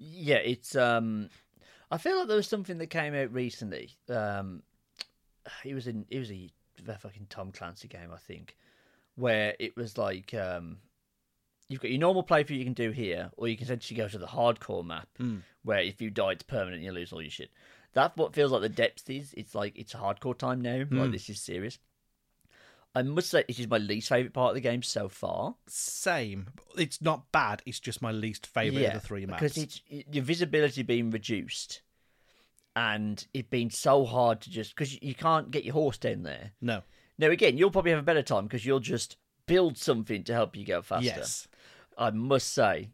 Yeah, it's um I feel like there was something that came out recently. Um it was in it was a, a fucking Tom Clancy game, I think, where it was like um you've got your normal playthrough you can do here, or you can essentially go to the hardcore map where if you die it's permanent, you lose all your shit. That's what feels like the depth is. It's like it's hardcore time now. Like this is serious. I must say this is my least favourite part of the game so far. Same. It's not bad. It's just my least favorite of the three maps. Because it's it- your visibility being reduced and it being so hard to just because you can't get your horse down there. no. Now again, you'll probably have a better time because you'll just build something to help you go faster. Yes. I must say,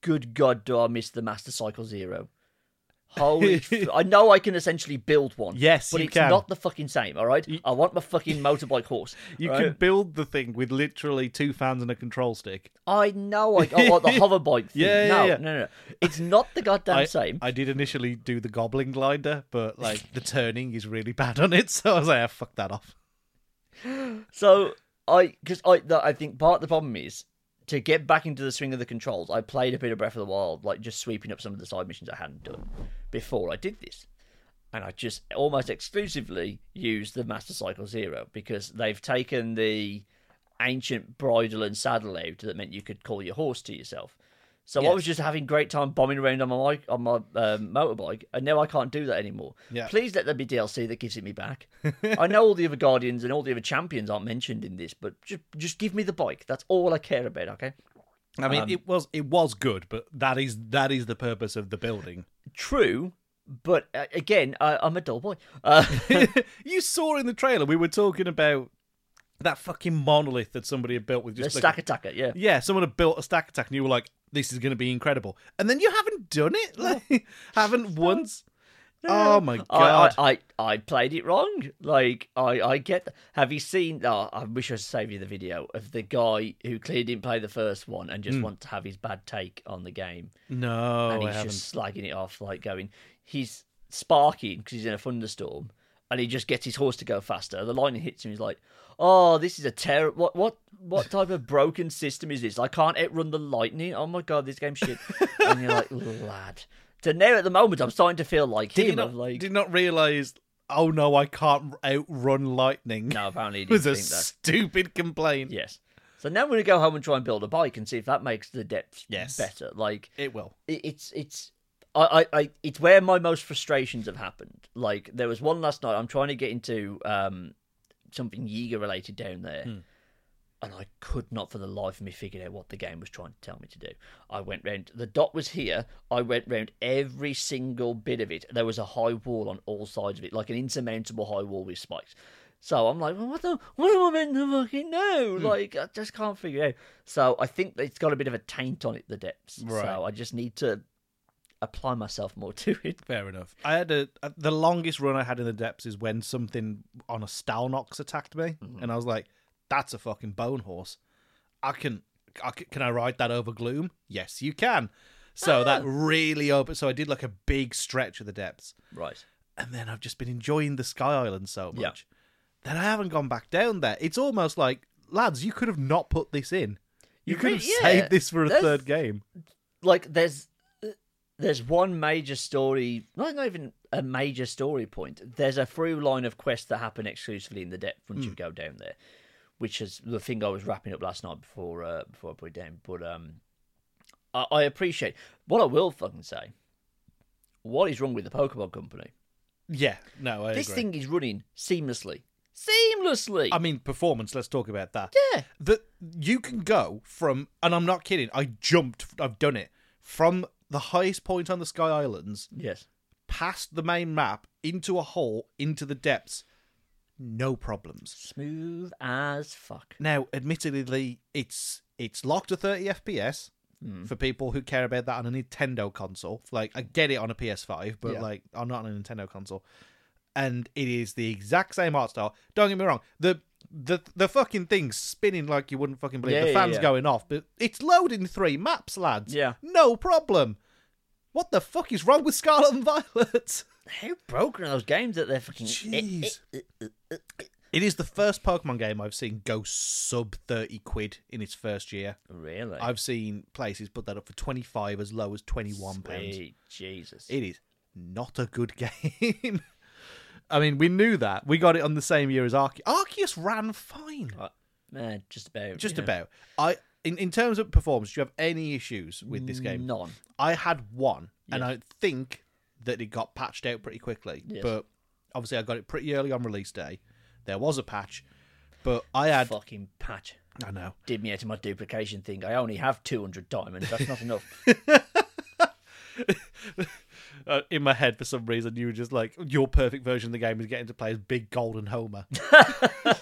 good God, do I miss the Master Cycle Zero? Holy! f- I know I can essentially build one. Yes, but you it's can. not the fucking same. All right, I want my fucking motorbike horse. You all can right? build the thing with literally two fans and a control stick. I know. I, I want the hoverbike. Thing. Yeah, yeah, no, yeah. no, no, no. It's not the goddamn I, same. I did initially do the goblin glider, but like the turning is really bad on it, so I was like, ah, fuck that off. So I, because I, the, I think part of the problem is to get back into the swing of the controls. I played a bit of Breath of the Wild, like just sweeping up some of the side missions I hadn't done before I did this, and I just almost exclusively used the Master Cycle Zero because they've taken the ancient bridle and saddle out that meant you could call your horse to yourself. So I was just having great time bombing around on my on my um, motorbike, and now I can't do that anymore. Yeah. Please let there be DLC that gives it me back. I know all the other guardians and all the other champions aren't mentioned in this, but just just give me the bike. That's all I care about. Okay. I mean, it was it was good, but that is that is the purpose of the building. True, but uh, again, I, I'm a dull boy. Uh, you saw in the trailer we were talking about that fucking monolith that somebody had built with the just like, stack attacker. Yeah. yeah, someone had built a stack attack, and you were like, "This is going to be incredible," and then you haven't done it, like, haven't once. Oh my god! I, I, I, I played it wrong. Like I, I get. That. Have you seen? Oh, I wish I saved you the video of the guy who clearly didn't play the first one and just wants to have his bad take on the game, no, and Hmm. Oh, I he's haven't. just slagging it off, like going, he's sparking because he's in a thunderstorm, and he just gets his horse to go faster. The lightning hits him. He's like, oh, this is a terrible. What, what, what type of broken system is this? I can't outrun the lightning. Oh my god, this game's shit. and you're like, lad. So now at the moment, I'm starting to feel like did him. not, of like, did not realize. Oh no, I can't outrun lightning. No, apparently he it was didn't a think that. stupid complaint. Yes. So now I'm going to go home and try and build a bike and see if that makes the depth Yes. better. Like It will. it, it's it's I, I I it's where my most frustrations have happened. Like there was one last night. I'm trying to get into um something Yiga related down there. And I could not for the life of me figure out what the game was trying to tell me to do. I went round, the dot was here. I went round every single bit of it. There was a high wall on all sides of it, like an insurmountable high wall with spikes. So I'm like, well, what the, what am I meant to fucking know? Like, I just can't figure it out. So I think it's got a bit of a taint on it, the depths. Right. So I just need to apply myself more to it. Fair enough. I had a, a- the longest run I had in the depths is when something on a Stalnox attacked me, Mm-hmm. and I was like, "That's a fucking bone horse. I can, I can, can I ride that over gloom? Yes, you can." So Ah. that really opened. So I did like a big stretch of the depths, Right. and then I've just been enjoying the Sky Island so Yeah. much that I haven't gone back down there. It's almost like, lads, you could have not put this in. You, You could re- have yeah. saved this for a There's- third game. like there's there's one major story not, not even a major story point there's a through line of quests that happen exclusively in the depth once Hmm. you go down there which is the thing i was wrapping up last night before uh, before i put it down but um I, I appreciate what i will fucking say what is wrong with the pokemon company Yeah, no, I this agree. thing is running seamlessly seamlessly I mean, performance. Let's talk about that. yeah that you can go from and i'm not kidding i jumped i've done it from the highest point on the sky islands yes past the main map into a hole into the depths no problems smooth as fuck now admittedly it's it's locked to 30 fps Hmm. for people who care about that on a nintendo console like i get it on a ps5 but Yeah. like i'm not on a nintendo console and it is the exact same art style don't get me wrong the the the fucking thing's spinning like you wouldn't fucking believe Yeah, the yeah, fans yeah. going off but it's loading three maps lads Yeah. no problem What the fuck is wrong with Scarlet and Violet? How broken are those games that they're fucking. eh, Jeez. It is the first Pokemon game I've seen go sub 30 quid in its first year. Really? I've seen places put that up for 25 as low as 21 pounds. Sweet Jesus. It is not a good game. I mean, we knew that. We got it on the same year as Arceus. Arceus ran fine. Uh, eh, just about. Just yeah. about. I in, in terms of performance, do you have any issues with this game? None. I had one, and I think that it got patched out pretty quickly. Yes. But obviously, I got it pretty early on release day. There was a patch, but I had. Fucking patch. I know. Did me out of my duplication thing. I only have 200 diamonds. That's not enough. Uh, in my head, for some reason, you were just like, your perfect version of the game is getting to play as Big Golden Homer.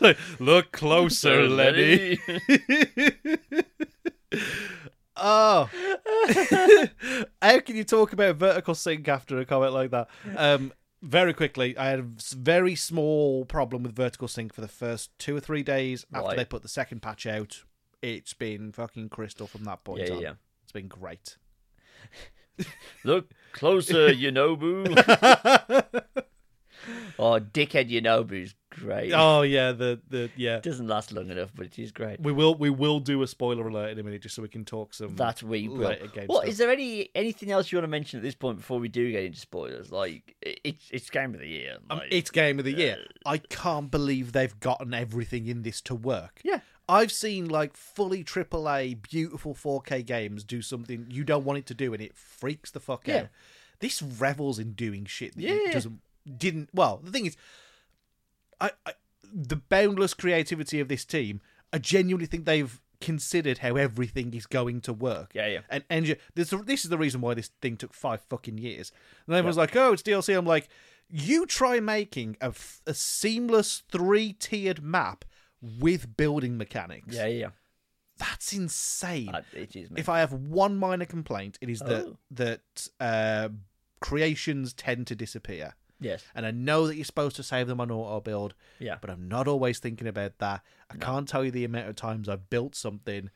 Look closer, Lenny. Oh. How can you talk about vertical sync after a comment like that? Um, very quickly, I had a s- very small problem with vertical sync for the first two or three days after Right. they put the second patch out. It's been fucking crystal from that point Yeah, yeah, on. yeah. It's been great. Look closer, Yonobu. oh, dickhead Yonobu's great. Oh Mm. yeah, the the yeah. doesn't last long enough, but it is great. We will we will do a spoiler alert in a minute just so we can talk some That we will. later game What stuff. is there any anything else you want to mention at this point before we do get into spoilers? Like it, it's it's game of the year. Um, like- it's game of the year. I can't believe they've gotten everything in this to work. Yeah. I've seen like fully AAA, beautiful 4K games do something you don't want it to do, and it freaks the fuck Yeah. out. This revels in doing shit that Yeah. it doesn't didn't. Well, the thing is, I, I the boundless creativity of this team. I genuinely think they've considered how everything is going to work. Yeah, yeah. And engine. This, this is the reason why this thing took five fucking years. And everyone's like, "Oh, it's DLC." I'm like, "You try making a, f- a seamless three-tiered map with building mechanics. yeah, yeah. That's insane." Uh, it is. mate. if I have one minor complaint, it is Oh. that that uh, creations tend to disappear. yes. And I know that you're supposed to save them on auto build, Yeah. but I'm not always thinking about that. I can't tell you the amount of times I've built something,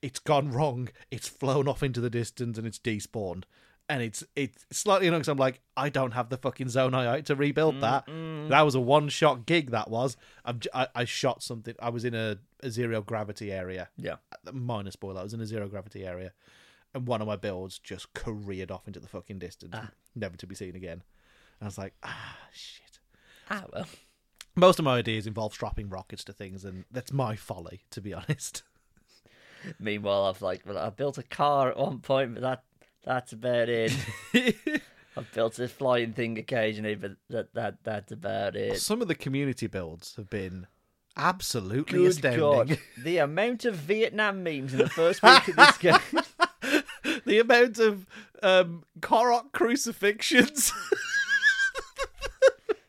it's gone wrong, it's flown off into the distance, and it's despawned. And it's it's slightly annoying 'cause I'm like, I don't have the fucking zone I to rebuild that. That was a one shot gig. That was. I'm j- I, I shot something. I was in a, a zero gravity area. Yeah. Minor spoiler. I was in a zero gravity area, and one of my builds just careered off into the fucking distance, never to be seen again. And I was like, ah, shit Ah well. most of my ideas involve strapping rockets to things, and that's my folly, to be honest. Meanwhile, I've like well, I built a car at one point, but that that's about it. I've built a flying thing occasionally, but that that that's about it. Some of the community builds have been absolutely Good astounding. God, the amount of Vietnam memes in the first week of this game. the amount of um, Korok crucifixions.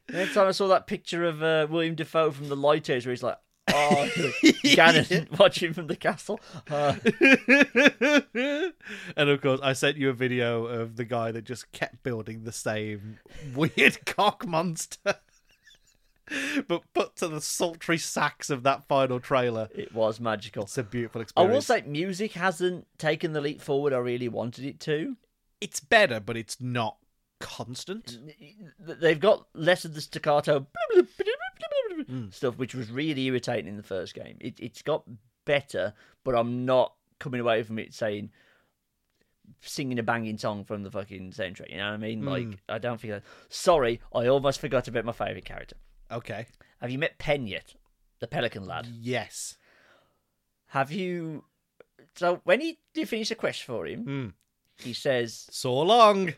The next time I saw that picture of uh, William Defoe from The Lighthouse, where he's like, "Oh, Gannon watching from the castle." Uh, and of course, I sent you a video of the guy that just kept building the same weird cock monster. but put to the sultry sacks of that final trailer. it was magical. It's a beautiful I experience. will say, music hasn't taken the leap forward I really wanted it to. it's better, but it's not constant. They've got less of the staccato stuff, which was really irritating in the first game. It, it's got better, but I'm not coming away from it saying singing a banging song from the fucking soundtrack. You know what I mean? Like, I don't think. that Sorry, I almost forgot about my favorite character. Okay. Have you met Penn yet? The pelican Mm. lad. Yes. Have you? So when he you finish a quest for him, he says, So long.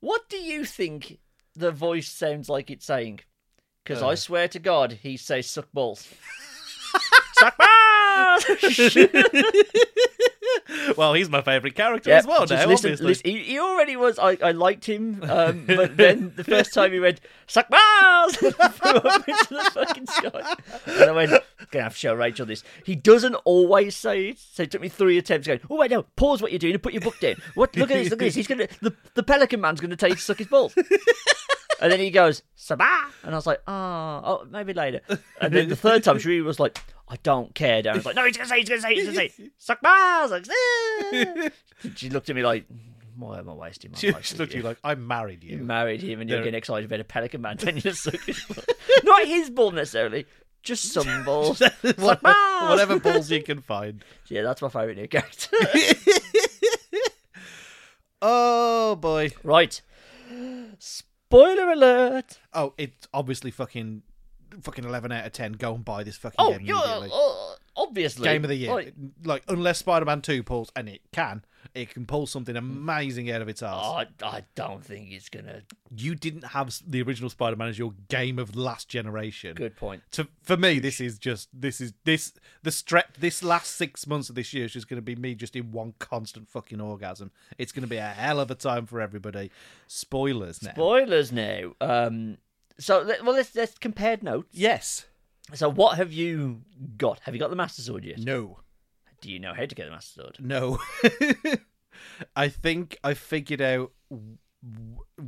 "What do you think the voice sounds like it's saying?" Because Uh. I swear to God, he says "suck balls." suck balls. Well, he's my favourite character Yeah, as well just now, listen- obviously. listen- he, he already was. I, I liked him, um, but then the first time he went suck balls, threw up into the fucking sky, and I went gonna have to show Rachel this. He doesn't always say it, so it took me three attempts going. Oh wait, no, pause what you're doing and put your book down. What? Look at this, look at this. He's gonna the, the pelican man's gonna take suck his balls. And then he goes, Sabah! And I was like, oh, oh, maybe later. And then the third time, she was like, I don't care, Darren's like, no, he's going to say, he's going to say, he's going to say, Sabah! I was like, "Ah." She looked at me like, why am I wasting my She life? just with looked at you like, I married you you. married him and you're They're- getting excited about a pelican man than your sucker's ball. Not his ball necessarily, just some ball. It's like, whatever, "Ah!" whatever balls you can find. Yeah, that's my favourite new character. Oh boy. right. Spoiler alert. Oh, it's obviously fucking fucking eleven out of ten. Go and buy this fucking Oh, game you're immediately. uh, obviously Game of the year. Like, Like unless Spider Man two pulls and it can, it can pull something amazing out of its ass. I, I don't think it's gonna. You didn't have s- the original Spider Man as your game of last generation. Good point. To, for me, this is just this is this the stretch. This last six months of this year is just going to be me just in one constant fucking orgasm. It's going to be a hell of a time for everybody. Spoilers now. Spoilers now. Um. So let- well, let's let's compare notes. yes. So what have you got? Have you got the Master Sword yet? No. Do you know how to get the Master Sword? No. I think I figured out w-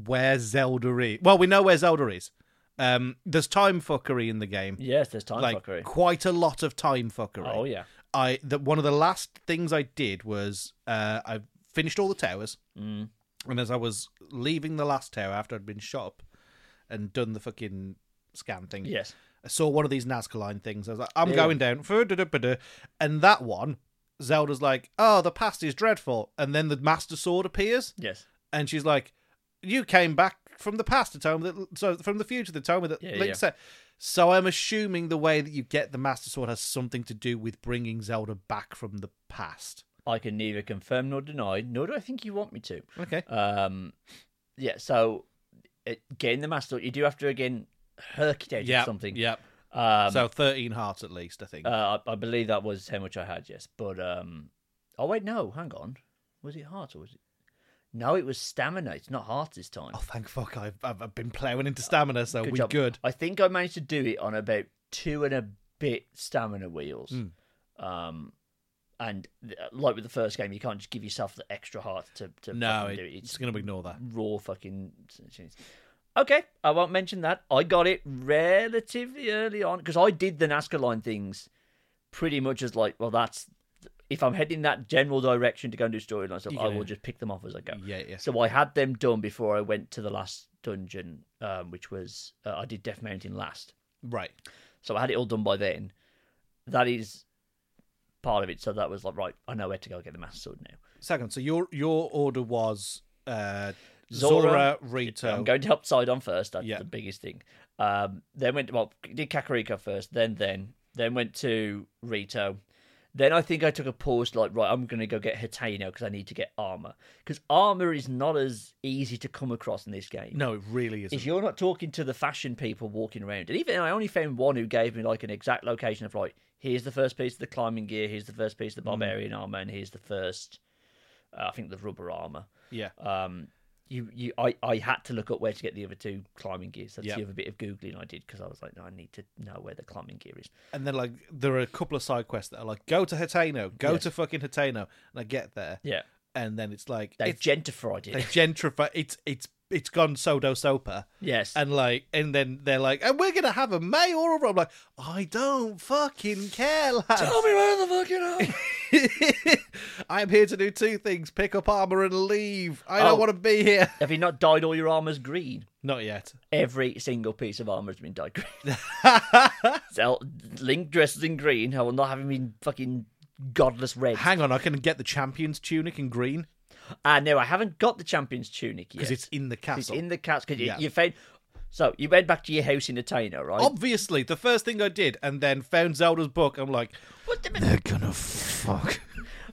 where Zelda is. Well, we know where Zelda is. Um, there's time fuckery in the game. Yes, there's time like fuckery. quite a lot of time fuckery. Oh yeah. I that one of the last things I did was uh, I finished all the towers, Mm. and as I was leaving the last tower after I'd been shot up and done the fucking scan thing, Yes. I saw one of these Nazca line things. I was like, I'm Yeah. going down. Fu-du-du-bu-du. And that one, Zelda's like, oh, the past is dreadful. And then the Master Sword appears, Yes. and she's like, you came back from the past to tell me that, so from the future to tell me that Yeah, Link yeah. said. So I'm assuming the way that you get the Master Sword has something to do with bringing Zelda back from the past. I can neither confirm nor deny, nor do I think you want me to. Okay. Um, yeah, so it, getting the master, you do have to again herk it out Yeah. of something. Yep. Um, so 13 hearts at least, I think. uh, I, I believe that was how much I had, yes. But um, oh wait, no, hang on, was it heart or was it? No, it was stamina. It's not heart this time. oh, thank fuck! I've, I've I've been plowing into stamina, so we job. good. I think I managed to do it on about two and a bit stamina wheels. Hmm. Um, and th- like with the first game, you can't just give yourself the extra heart to to No, fucking it, do it. it's going to ignore that. raw fucking. Okay, I won't mention that. I got it relatively early on because I did the Nazca line things pretty much as like, well, that's if I'm heading that general direction to go and do storyline stuff, I can- will just pick them off as I go. Yeah, yeah. So I had them done before I went to the last dungeon, um, which was uh, I did Death Mountain last. Right. So I had it all done by then. That is part of it. So that was like, right, I know where to go get the Master Sword now. Second, so your your order was uh, Zora, Zora, Rito. I'm going to help Sidon first. That's Yeah. the biggest thing. Um, then went well, did Kakariko first, then then then went to Rito. Then I think I took a pause, like right, I'm going to go get Hateno because I need to get armor because armor is not as easy to come across in this game. No, it really isn't. If you're not talking to the fashion people walking around, and even I only found one who gave me like an exact location of like, here's the first piece of the climbing gear, here's the first piece of the Mm. barbarian armor, and here's the first, uh, I think the rubber armor yeah. um you you I, I had to look up where to get the other two climbing gears that's Yep. the other bit of googling i did because i was like no i need to know where the climbing gear is And then like there are a couple of side quests that are like go to Hateno, go Yes. to fucking Hateno, and I get there, yeah and then it's like they it's, gentrified it they gentrify. It's it's it's gone sodo sopa, yes and like and then they're like, and we're gonna have a mayoral. I'm like, I don't fucking care, lads. me where the fuck you know I'm here to do two things: pick up armor and leave. I don't Oh. want to be here. have you not dyed all your armors green Not yet. every single piece of armor has been dyed green so link dresses in green i will not have him in fucking godless red Hang on, I can get the champion's tunic in green ah no i haven't got the champion's tunic yet because it's in the It's castle. in the cats because Yeah. Oh, you, you found so you went back to your house in Atano, right Obviously, the first thing I did, and then found Zelda's book. I'm like, what the they're gonna fuck.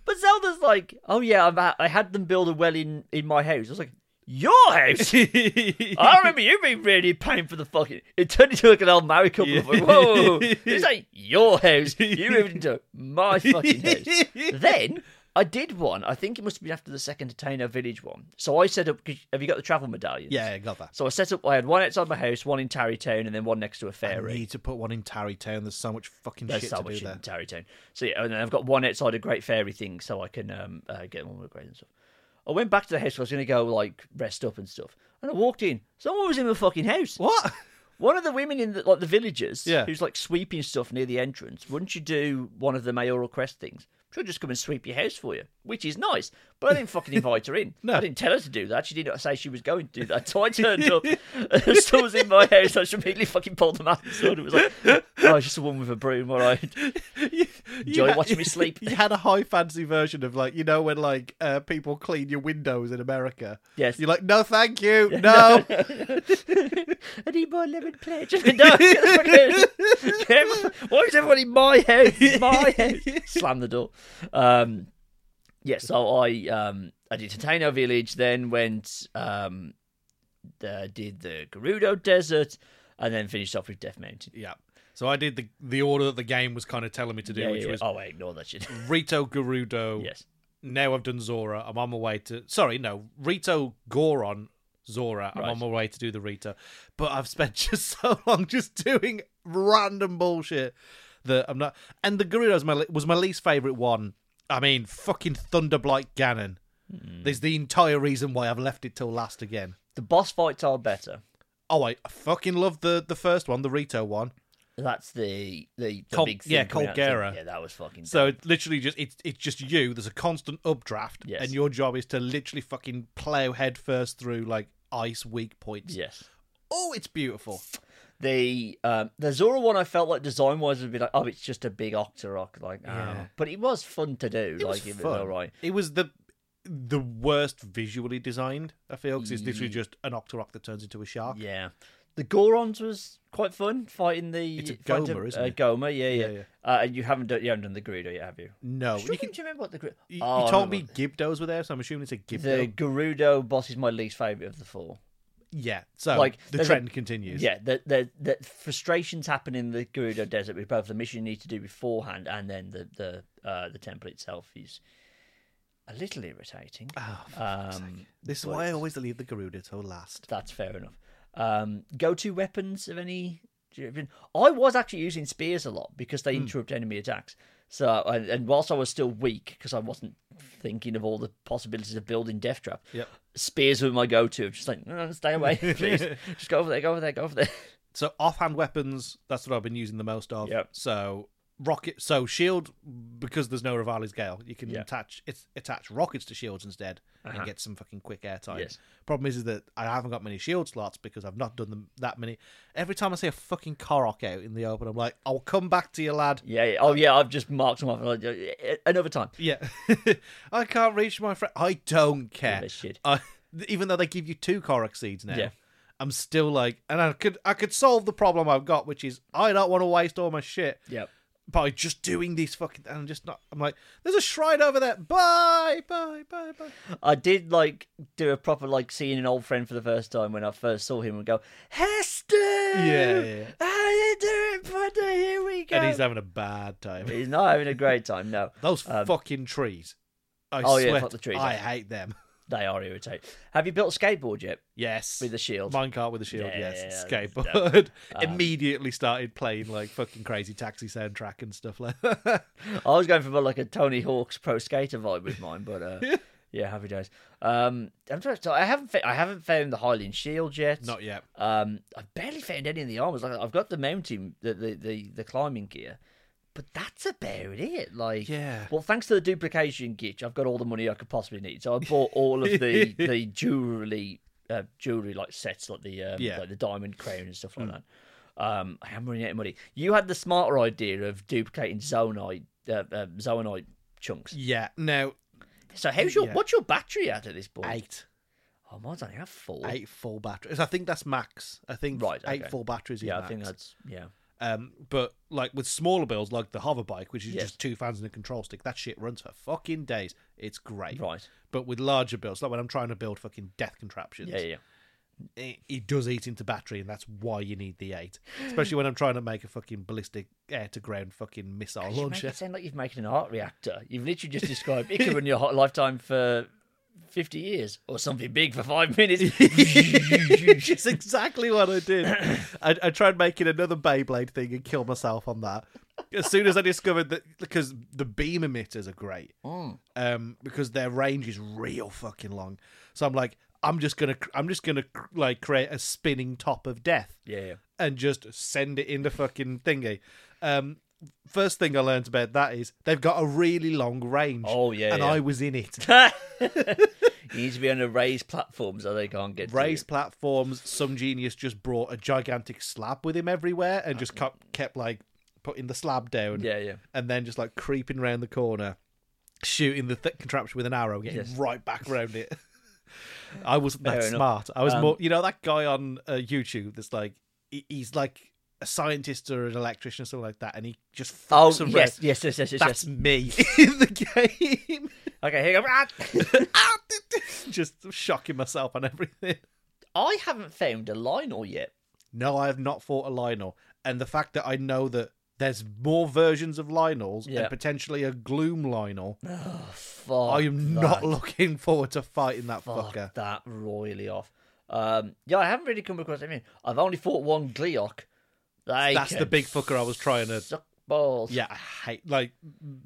But Zelda's like, oh yeah, I'm ha- I had them build a well in, in my house. I was like, your house? I remember you being really paying for the fucking. It turned into like an old married couple. Of like, Whoa! It's like your house. You moved into my fucking house. then I did one. I think it must have been after the second Attainer Village one. So I set up. 'cause- Have you got the travel medallions? yeah, I got that. So I set up. I had one outside my house, one in Tarrytown, and then one next to a I fairy. need to put one in Tarrytown. There's so much fucking There's shit so to much in do there. Tarrytown. So yeah, and then I've got one outside a Great Fairy thing, so I can um, uh, get on with great and stuff. I went back to the house. 'cause I was going to go like rest up and stuff, and I walked in. Someone was in the fucking house. What? One of the women in the, like the villagers, Yeah. who's like sweeping stuff near the entrance. Wouldn't you do one of the mayoral quest things? She'll just come and sweep your house for you, which is nice. But I didn't fucking invite her in. No. I didn't tell her to do that. She didn't say she was going to do that. So I turned up. As someone was in my house, I just immediately fucking pulled them out. and sort of was like, oh, it's just a woman with a broom, all right. you, Enjoy watching me sleep. You had a high fancy version of like you know when like uh, people clean your windows in America. Yes. You're like, no, thank you, no. I need more lemon pledge. no, get the fuck out. Yeah, why is everyone in my house? My house. Slam the door. Um, yeah, so I um, I did Titano Village, then went um, uh, did the Gerudo Desert, and then finished off with Death Mountain. yeah. So I did the the order that the game was kind of telling me to do, Yeah, which yeah. was Mm. Oh wait, ignore that shit. Rito Gerudo. yes. Now I've done Zora. I'm on my way to. Sorry, no, Rito Goron Zora. I'm Right. on my way to do the Rito, but I've spent just so long just doing random bullshit that I'm not. And the Gerudo was my le- was my least favorite one. I mean, fucking Thunderblight Ganon. There's the entire reason why I've left it till last again. The boss fights are better. Oh, I fucking love the the first one, the Rito one. That's the the, the Col- big thing. yeah, coming out. Colgera. Yeah, that was fucking. So it literally just it's it's just you. There's a constant updraft, Yes. and your job is to literally fucking plow headfirst through like ice weak points. yes. Oh, it's beautiful. The um, the Zora one I felt like design wise would be like, oh, it's just a big Octorok, like, oh. Yeah. but it was fun to do. It like, was it was fun. all right. It was the the worst visually designed. I feel because it's literally just an Octorok that turns into a shark. Yeah, the Gorons was quite fun fighting the. It's a fighting- Goma, isn't uh, it? Goma, yeah, yeah. Yeah, yeah. Uh, and you haven't done you haven't done the Gerudo yet, have you? No, you, Struggling can, to remember what the Gerudo. you, Oh, you I told me remember. Gibdos were there, so I'm assuming it's a Gibdo. the Gerudo boss is my least favorite of the four. yeah, so like, the there's a- trend continues. Yeah, the the, the frustrations happen in the Gerudo Desert with both the mission you need to do beforehand and then the the uh, the temple itself is a little irritating. Oh, for fuck's sake. Um, this is but- why I always leave the Garuda till last. That's fair enough. Um, go-to weapons of any? do you reckon- I was actually using spears a lot because they interrupt enemy attacks. So, and, and whilst I was still weak because I wasn't thinking of all the possibilities of building death trap, Yep. spears were my go-to. Just like, no, no, stay away, please. Just go over there, go over there, go over there. So offhand weapons, that's what I've been using the most of. Yep. So rocket, so shield because there's no Rivali's Gale, you can Yeah. Uh-huh. attach it's, attach rockets to shields instead and get some fucking quick airtime. Yes. Problem is, is that I haven't got many shield slots because I've not done them that many. Every time I see a fucking Korok out in the open, I'm like, I'll come back to you, lad. Yeah, yeah. oh yeah, I've just marked them off and I- another time. Yeah, I can't reach my friend. I don't care. Give a shit. I, even though they give you two Korok seeds now, Yeah. I'm still like, and I could I could solve the problem I've got, which is I don't want to waste all my shit Yep. by just doing these fucking. And I'm just not. I'm like, there's a shrine over there. Bye, bye, bye, bye. I did like do a proper like seeing an old friend for the first time when I first saw him and go, Hester, Yeah, yeah, yeah. how you doing, brother? Here we go. And he's having a bad time. He's not having a great time. No, Those Um, fucking trees. I oh, yeah, swear, fuck the trees, I yeah. hate them. they are irritating. Have you built a skateboard yet Yes, with a shield? minecart with a shield. Yeah, yes, yeah, yeah, skateboard. Immediately started playing like fucking crazy taxi soundtrack and stuff like that. I was going for more like a Tony Hawk's Pro Skater vibe with mine, but uh, yeah, happy days. Um, I'm trying to, so I haven't fa- I haven't found the Highland Shield yet. not yet. Um, I've barely found any of the armors. Like I've got the mountain, the the the, the climbing gear, but that's about it. Like, Yeah. Well, thanks to the duplication glitch, I've got all the money I could possibly need, so I bought all of the the jewelry, uh, jewelry like sets, like the um, Yeah. Hmm. like the diamond crown and stuff like that. Um, I am running out of money. You had the smarter idea of duplicating zonite, uh, uh, zonite chunks. Yeah. Now So how's your Yeah. what's your battery at at this point? eight. Oh, mine's only at four. eight full batteries. I think that's max. I think Right, okay. eight full batteries. Is Yeah, max. I think that's yeah. Um, but like with smaller builds, like the hover bike, which is Yes. just two fans and a control stick, that shit runs for fucking days. It's great. Right. But with larger builds, like when I'm trying to build fucking death contraptions, Yeah, yeah. yeah. it, it does eat into battery, and that's why you need the eight. Especially when I'm trying to make a fucking ballistic air to ground fucking missile You make launcher. it sound like you've making an art reactor. You've literally just described it could run your hot lifetime for fifty years or something big for five minutes. it's exactly what I did. I, I tried making another Beyblade thing and kill myself on that. As soon as I discovered that, because the beam emitters are great, Mm. um, because their range is real fucking long. So I'm like, I'm just gonna, I'm just gonna like create a spinning top of death yeah, yeah. and just send it in the fucking thingy. Um, first thing I learned about that is they've got a really long range. Oh, yeah, and yeah. I was in it. You need to be on a raised platform so they can't get to you. Raised platforms. Some genius just brought a gigantic slab with him everywhere and just kept, kept like putting the slab down. Yeah, yeah. and then just like creeping around the corner, shooting the thick contraption with an arrow, getting Yes. right back around it. I wasn't that Fair enough. smart. I was Um, more, you know, that guy on uh, YouTube that's like, he- he's like a scientist or an electrician or something like that, and he just Oh fucks around. yes, yes, yes, yes, yes, That's yes. me in the game. Okay, here you go. Ah! just shocking myself on everything. I haven't found a Lionel yet. No, I have not fought a Lionel. And the fact that I know that there's more versions of Lionels Yeah. and potentially a Gloom Lionel, Fuck I am that. not looking forward to fighting that Fuck fucker. that royally off. Um, yeah, I haven't really come across. I mean, I've only fought one Gleok. They That's the can big fucker I was trying to. suck balls. Yeah, I hate. Like,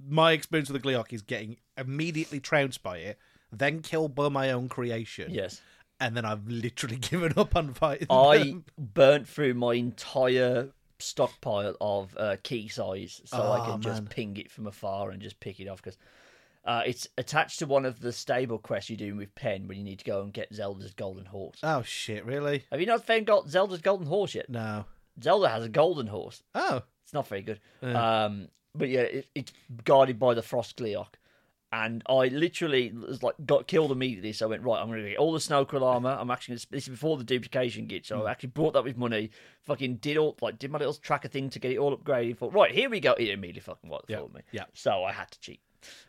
my experience with the Gleok is getting immediately trounced by it, then killed by my own creation, Yes. and then I've literally given up on fighting I them. burnt through my entire stockpile of uh, key size so I Oh, could just man. ping it from afar and just pick it off because uh, it's attached to one of the stable quests you're doing with Pen when you need to go and get Zelda's golden horse. Oh, shit, really? Have you not found Gold- Zelda's golden horse yet? No. Zelda has a golden horse. Oh, It's not very good. Um, but yeah, it, it's guarded by the Frost Gleok. And I literally was like got killed immediately. So I went right. I'm going to get all the Snowcrawl armor. I'm actually gonna, this is before the duplication git. Hmm. So I actually bought that with money. Fucking did all like did my little tracker thing to get it all upgraded. Thought right here we go. It immediately fucking worked Yeah, for me. yeah. So I had to cheat,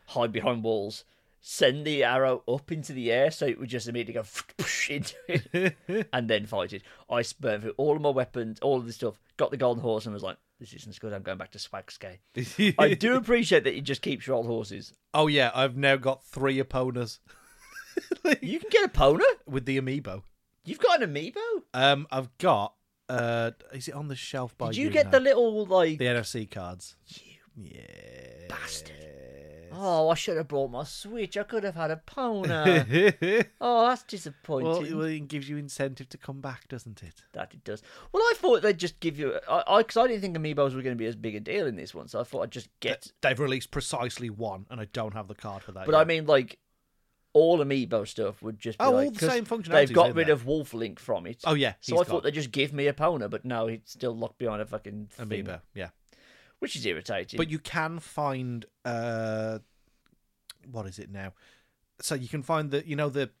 hide behind walls, send the arrow up into the air so it would just immediately go into it, and then fight it. I spurred through all of my weapons, all of this stuff. Got the golden horse and was like, this isn't as good. I'm going back to Swagskay. I do appreciate that it just keeps your old horses. oh yeah, I've now got three opponents You can get a Pona. with the amiibo. You've got an amiibo. Um, I've got. Uh, is it on the shelf by Did you you get now? the little like? the NFC cards? You Yeah. bastard. Oh, I should have brought my Switch. I could have had a Pona. well, oh, that's disappointing. it, Uh, well, it gives you incentive to come back, doesn't it? That it does. Well, I thought they'd just give you. I because I, didn't think amiibos were going to be as big a deal in this one, so I thought I'd just get. They've released precisely one, and I don't have the card for that. but I mean, like all amiibo stuff would just be Oh, like, all the 'cause same functionality's They've got in rid there. of Wolf Link from it. oh yeah, so I he's thought got they'd just give me a Pona, but no, it's still locked behind a fucking thing, amiibo. Yeah, which is irritating. but you can find uh, what is it now? So you can find the you know the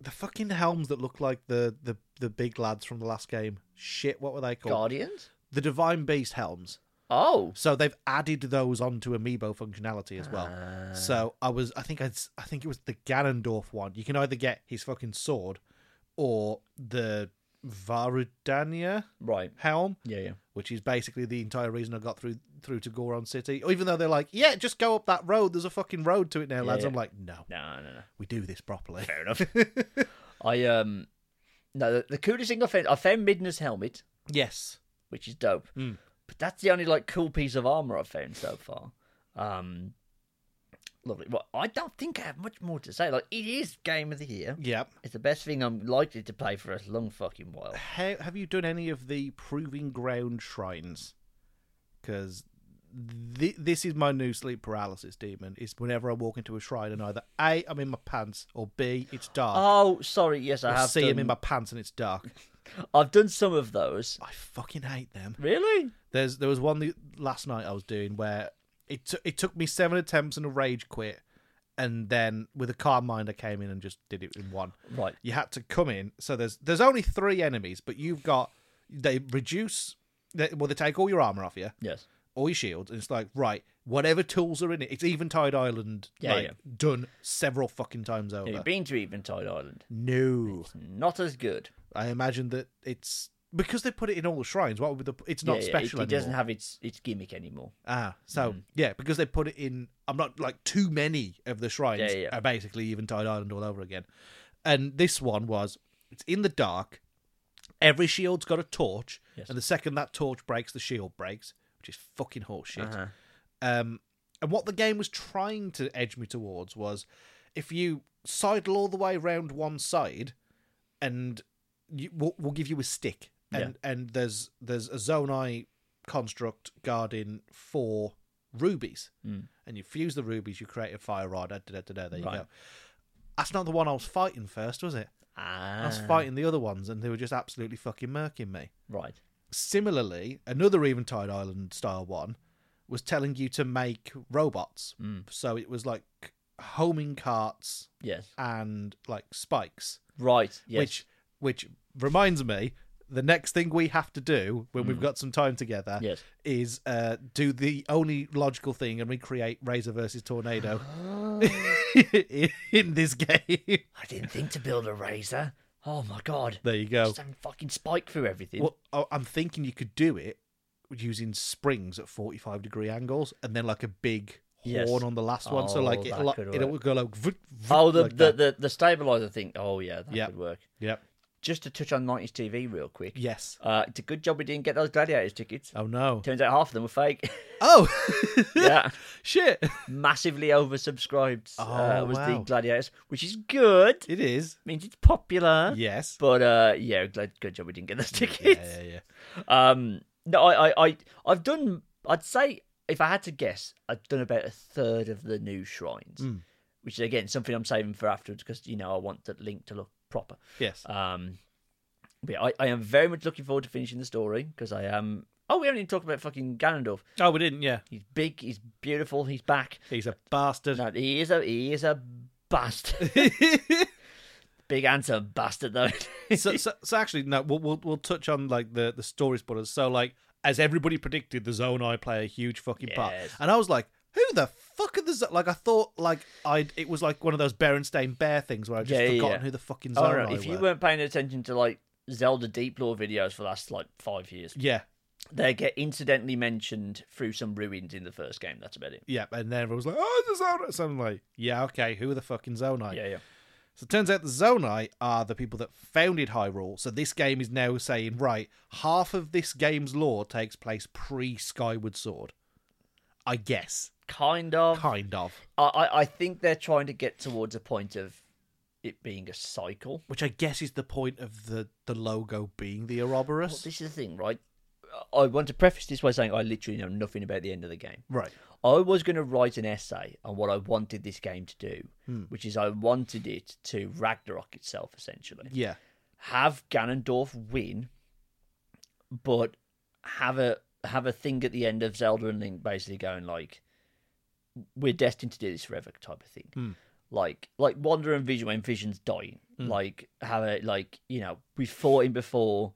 the fucking helms that look like the the the big lads from the last game. Shit, what were they called? Guardians. The divine beast helms. Oh, So they've added those onto amiibo functionality as well. Ah. so I was, I think I'd, s- I think it was the Ganondorf one. You can either get his fucking sword or the Varudania right. helm, Yeah, yeah. which is basically the entire reason I got through through to Goron City. Even though they're like, yeah, just go up that road. There's a fucking road to it now, lads. yeah. I'm like, no, No, no, no. we do this properly. Fair enough. I um, no. The, the coolest thing I found, I found Midna's helmet, yes. which is dope. Hmm. But that's the only like cool piece of armor I've found so far. Um, lovely. Well, I don't think I have much more to say. Like, it is game of the year. Yep. It's the best thing I'm likely to play for a long fucking while. How, have you done any of the proving ground shrines? Because th- this is my new sleep paralysis demon. Is whenever I walk into a shrine and either a I'm in my pants or b it's dark. Oh, sorry. Yes, I I have. see Done, him in my pants and it's dark. I've done some of those. I fucking hate them. Really? There's there was one the, last night I was doing where it took it took me seven attempts and a rage quit, and then with a calm mind I came in and just did it in one. Right. you had to come in. So there's there's only three enemies, but you've got they reduce. They, well, they take all your armor off you, Yes. all your shields, and it's like right, whatever tools are in it. It's Eventide Island, Yeah, like yeah. done several fucking times over. Have you been to Eventide Island? No, Not as good. I imagine that it's because they put it in all the shrines. What would the? It's not Yeah, yeah, it- special It, anymore. doesn't have its its gimmick anymore. Ah, so Hmm. yeah, because they put it in. I'm not like too many of the shrines Yeah, yeah, yeah. are basically Eventide Island all over again, and this one was it's in the dark. Every shield's got a torch, Yes. and the second that torch breaks, the shield breaks, which is fucking horseshit. Uh-huh. Um, and what the game was trying to edge me towards was if you sidle all the way around one side, and you, we'll, we'll give you a stick, and and there's there's a zone I construct guarding four rubies, and you fuse the rubies, you create a fire rod. Da, da, da, da, there you Right. go. That's not the one I was fighting first, was it? I Ah, was fighting the other ones, and they were just absolutely fucking murking me. right. Similarly, another Eventide Island style one was telling you to make robots. Mm. So it was like homing carts Yes. and like spikes Right. Yes. which which reminds me the next thing we have to do when we've got some time together Mm. Yes. is uh, do the only logical thing and recreate Razor versus Tornado in this game. I didn't think to build a razor. Oh my god. There you go. Just having fucking spike through everything. Well, I- I'm thinking you could do it using springs at 45 degree angles and then like a big Yes. horn on the last one. so Oh, like that it'll, could it'll work. go like. vroom, vroom, oh, the, like the, that. the the stabilizer thing. Oh yeah, that Yeah. could work. Yep. Just to touch on 90s TV real quick. Yes. Uh, it's a good job we didn't get those gladiators tickets. Oh no. Turns out half of them were fake. Oh yeah, shit! massively oversubscribed. uh, Oh, was the wow. gladiators, which is good. It is. means it's popular. Yes. But uh, yeah, glad, good job we didn't get those Yeah, tickets. yeah, yeah. Um, no, I, I, I, I've done. I'd say if I had to guess, I've done about a third of the new shrines, which is again something I'm saving for afterwards because you know I want the link to look proper. Yes. Um, but yeah, I, I am very much looking forward to finishing the story because I am. Oh, we haven't even talked about fucking Ganondorf. Oh, we didn't. Yeah, He's big. He's beautiful. He's back. he's a bastard. No, he is a he is a bastard. big handsome bastard though. so, so, so actually, no. We'll, we'll we'll touch on like the the story spoilers. So like, as everybody predicted, the Zone I play a huge fucking part, Yes. and I was like. Who the fuck are the Zo-" like? I thought like I would it was like one of those Berenstain Bear things where I just Yeah, yeah, forgotten yeah. who the fucking Oh, Zone no, if you were. weren't paying attention to like Zelda Deep Lore videos for the last like five years, Yeah, they get incidentally mentioned through some ruins in the first game. That's about it. yeah, and then everyone was like, "Oh, the Zone." So I'm like, "Yeah, okay, who are the fucking Zone Yeah, yeah. So it turns out the Zonai are the people that founded Hyrule. So this game is now saying, right, half of this game's lore takes place pre Skyward Sword. I guess. Kind of. Kind of. I, I, I think they're trying to get towards a point of it being a cycle. Which I guess is the point of the, the logo being the Ouroboros. This is the thing, right? I want to preface this by saying I literally know nothing about the end of the game. right. I was going to write an essay on what I wanted this game to do, which is I wanted it to Ragnarok itself, essentially. Yeah. have Ganondorf win, but have a have a thing at the end of Zelda and Link basically going like, "We're destined to do this forever," type of thing. Like like Wander and Vision when Vision's dying, like have a like you know we fought him before,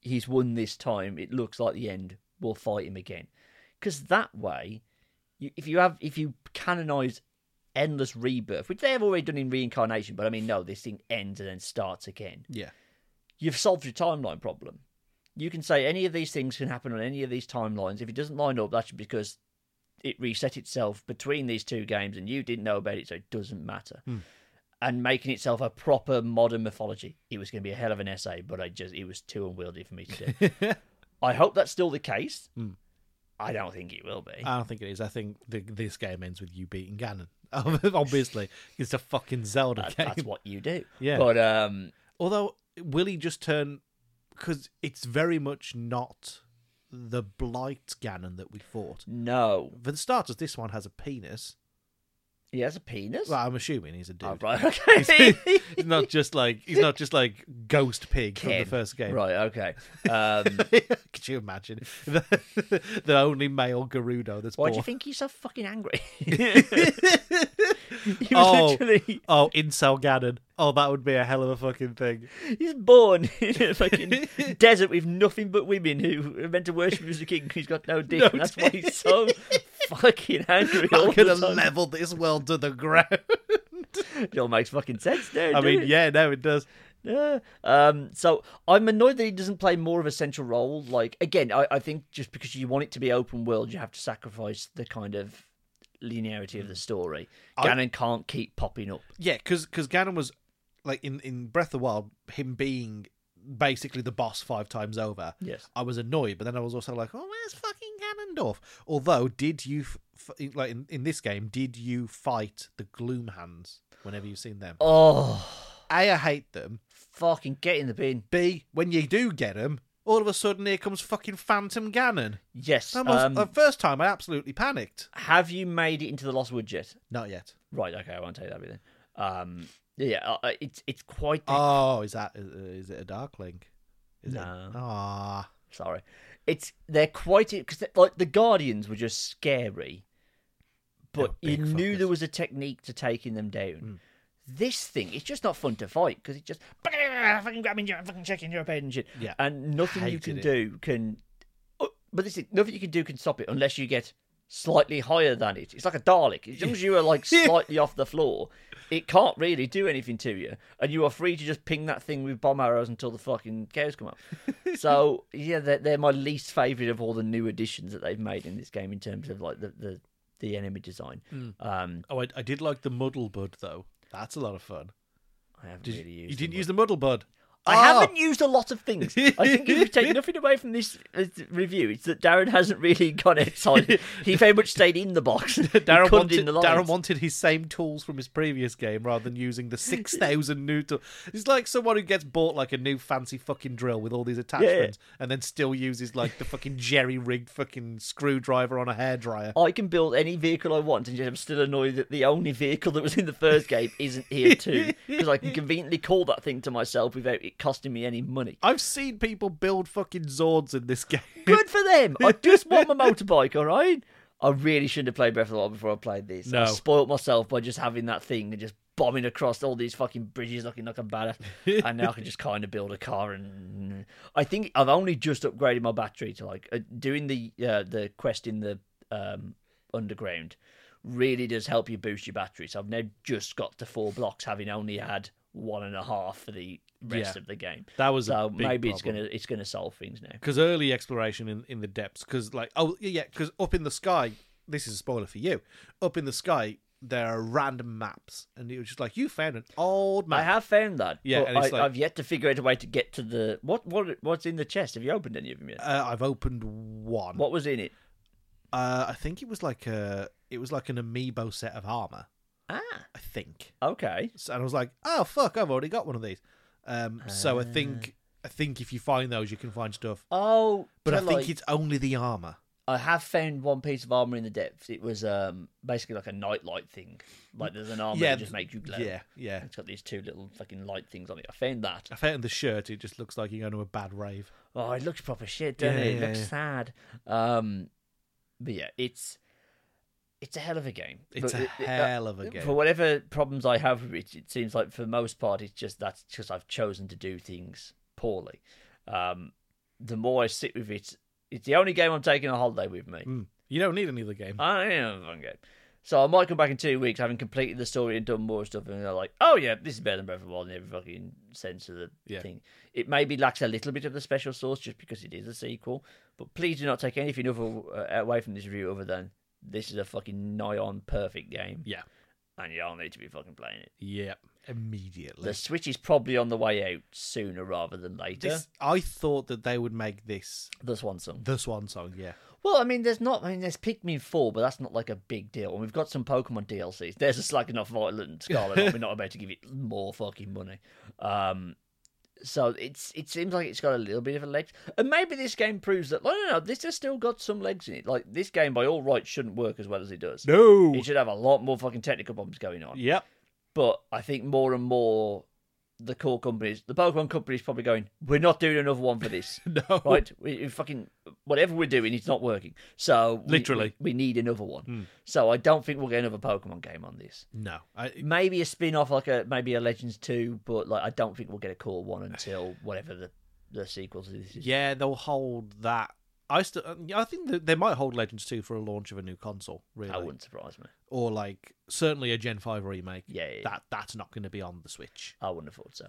he's won this time. It looks like the end. We'll fight him again, because that way, you, if you have if you canonize endless rebirth, which they have already done in reincarnation, but I mean no, this thing ends and then starts again Yeah. you've solved your timeline problem. You can say any of these things can happen on any of these timelines. If it doesn't line up, that's because it reset itself between these two games and you didn't know about it, so it doesn't matter. Hmm. And making itself a proper modern mythology. It was going to be a hell of an essay, but I just it was too unwieldy for me to do. I hope that's still the case. Hmm. I don't think it will be. I don't think it is. I think the, this game ends with you beating Ganon. Obviously. It's a fucking Zelda That- game. that's what you do. Yeah. But um Although will he just turn because it's very much not the blight Ganon that we fought. no. For the starters, this one has a penis. He has a penis? Well, I'm assuming he's a dude. Oh, right, okay. He's not just like he's not just like ghost pig from the Ken. first game. right, okay. Um Could you imagine the, the only male Gerudo that's Why born? do you think he's so fucking angry? he was Oh. literally Oh, incel Ganon. Oh, that would be a hell of a fucking thing. he's born in a fucking desert with nothing but women who are meant to worship him as a king who's got no dick, No and that's why he's so fucking angry. all I'm the gonna time. level this world to the ground. It all makes fucking sense there. I mean, yeah, no, it does. Yeah. Um, so I'm annoyed that he doesn't play more of a central role. Like again, I, I think just because you want it to be open world, you have to sacrifice the kind of linearity Mm. of the story. Ganon can't keep popping up. Yeah, because Ganon was like in in Breath of the Wild, him being basically the boss five times over. Yes. I was annoyed, but then I was also like, "Oh, where's fucking Ganondorf?" Although, did you f- f- like in, in this game? Did you fight the Gloom Hands whenever you've seen them? Oh, A, I hate them. fucking get in the bin. B, when you do get them, all of a sudden here comes fucking Phantom Ganon. Yes. That was- um, the first time I absolutely panicked. have you made it into the Lost Woods yet? Not yet. Right. Okay. I won't tell you that bit then. Um. Yeah. Uh, it's it's quite. the- Oh, is that is, is it a Dark Link? Is No. It? Ah, Sorry. It's they're quite because like the Guardians were just scary, but They were you big knew fuckers. Hmm. there was a technique to taking them down. This thing, it's just not fun to fight because it just fucking grabbing you, fucking checking your head and shit. Yeah. and nothing you Hated can it. do can. oh, But this thing, nothing you can do can stop it unless you get slightly higher than it. It's like a Dalek. As long as you are like slightly off the floor, it can't really do anything to you, and you are free to just ping that thing with bomb arrows until the fucking cows come up. so yeah, they're, they're my least favorite of all the new additions that they've made in this game in terms of like the the, the enemy design. Um, oh, I, I did like the Muddle Bud though. That's a lot of fun. I haven't Did, really you used. didn't them, use the Muddle Bud. I Ah! haven't used a lot of things. I think if you take nothing away from this uh, review, it's that Darren hasn't really gone outside. he very much stayed in the box. Darren Darren wanted, in the lines. Darren wanted his same tools from his previous game rather than using the 6,000 new tools. He's like someone who gets bought like a new fancy fucking drill with all these attachments and then still uses like the fucking jerry rigged fucking screwdriver on a hairdryer. I can build any vehicle I want, and yet I'm still annoyed that the only vehicle that was in the first game isn't here too, because I can conveniently call that thing to myself without it costing me any money. I've seen people build fucking Zords in this game. Good for them. I just want my motorbike. All right. I really shouldn't have played Breath of the Wild before I played this. No. I spoilt myself by just having that thing and just bombing across all these fucking bridges looking like a badass. and now I can just kind of build a car. And I think I've only just upgraded my battery to like uh, doing the uh, the quest in the um, underground. Really does help you boost your battery. So I've now just got to four blocks, having only had one and a half for the rest Yeah. of the game. That was So a big maybe it's problem. gonna it's gonna solve things now. because early exploration in, in the depths because like oh yeah because up in the sky this is a spoiler for you up in the sky there are random maps and it was just like you found an old I map have found that. Yeah, but and it's I, like- I've yet to figure out a way to get to the what what what's in the chest. Have you opened any of them yet? uh, i've opened one what was in it? uh, i think it was like a it was like an amiibo set of armor Ah, i think okay. So- and i was like oh fuck i've already got one of these um so i think i think if you find those you can find stuff Oh, but i Uh. so, think like, it's only the armor I have found one piece of armor in the depths. It was um basically like a nightlight thing. Like there's an armor Yeah, that just makes you glow. yeah yeah It's got these two little fucking light things on it. I found that. i found the shirt it just looks like you're going to a bad rave Oh, it looks proper shit, doesn't Yeah, it? It yeah, looks yeah. sad. Um, but yeah, it's it's a hell of a game. it's But a it- it- uh, hell of a game For whatever problems I have with it, it seems like for the most part it's just that's because I've chosen to do things poorly. Um, the more I sit with it, it's the only game I'm taking a holiday with me. Mm. You don't need any other game. I am a fun game. So I might come back in two weeks having completed the story and done more stuff, and they're like, "Oh yeah, this is better than Breath of the Wild in every fucking sense of the Yeah. thing." It maybe lacks a little bit of the special sauce just because it is a sequel, but please do not take anything other, uh, away from this review other than this is a fucking nigh on perfect game, Yeah. and you all need to be fucking playing it. Yep. Immediately. The Switch is probably on the way out sooner rather than later. This- I thought that they would make this the Swan Song. the swan song. Yeah. Well, I mean, there's not. I mean, there's Pikmin four, but that's not like a big deal. And we've got some Pokemon DLCs. There's a Slacking off Violet and Scarlet. and we're not about to give it more fucking money. Um, so it's it seems like it's got a little bit of a legs, and maybe this game proves that. No, no, no. This has still got some legs in it. Like this game, by all rights, shouldn't work as well as it does. No. It should have a lot more fucking technical problems going on. Yep. But I think more and more, the core companies, the Pokemon companies, probably going, we're not doing another one for this. No. right? We, we fucking whatever we're doing, it's not working. So we- Literally. Hmm. we, we need another one. So I don't think we'll get another Pokemon game on this. No. I, Maybe a spin off, like a maybe a Legends two, but like I don't think we'll get a core one until whatever the the sequel to this is. yeah, they'll hold that. I still. I think that they might hold Legends two for a launch of a new console. Really. That wouldn't surprise me. Or like certainly a Gen five remake. Yeah, yeah, yeah. That that's not going to be on the Switch. I wouldn't have thought so.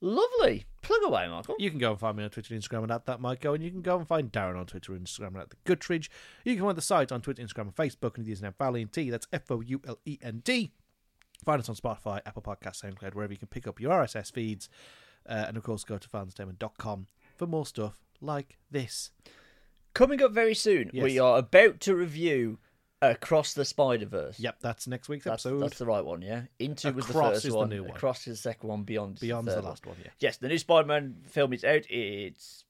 Lovely. Plug away, Michael. You can go and find me on Twitter and Instagram and at that might go, and you can go and find Darren on Twitter and Instagram and at the Goodridge. You can find the site on Twitter, Instagram, and Facebook and the username Valiant That's F O U L E N D. Find us on Spotify, Apple Podcasts, SoundCloud, wherever you can pick up your RSS feeds, uh, and of course go to fanstatement.com for more stuff like this. Coming up very soon, we Yes. are about to review Across the Spider Verse. Yep, that's next week's That's, episode. that's the right one, yeah. Into was the Across first is the one. new one. Across is the second one. Beyond is the, Beyond's the third one. last one, yeah. Yes, the new Spider-Man film is out. It's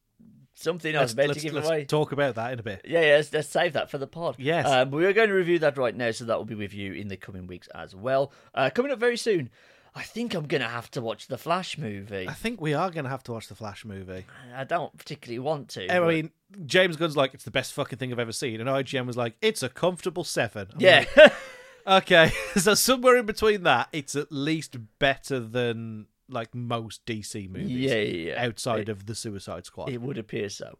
something I was about to give let's away. talk about that in a bit. Yeah, yeah let's, let's save that for the pod. Yes. Um, we are going to review that right now, so that will be with you in the coming weeks as well. Uh, coming up very soon, I think I'm going to have to watch the Flash movie. I think we are going to have to watch the Flash movie. I don't particularly want to. I but- mean, James Gunn's like, it's the best fucking thing I've ever seen, and IGN was like, it's a comfortable seven. I'm yeah, like, okay, so somewhere in between that, it's at least better than like most DC movies. yeah, yeah, yeah. Outside of the Suicide Squad. It would appear so.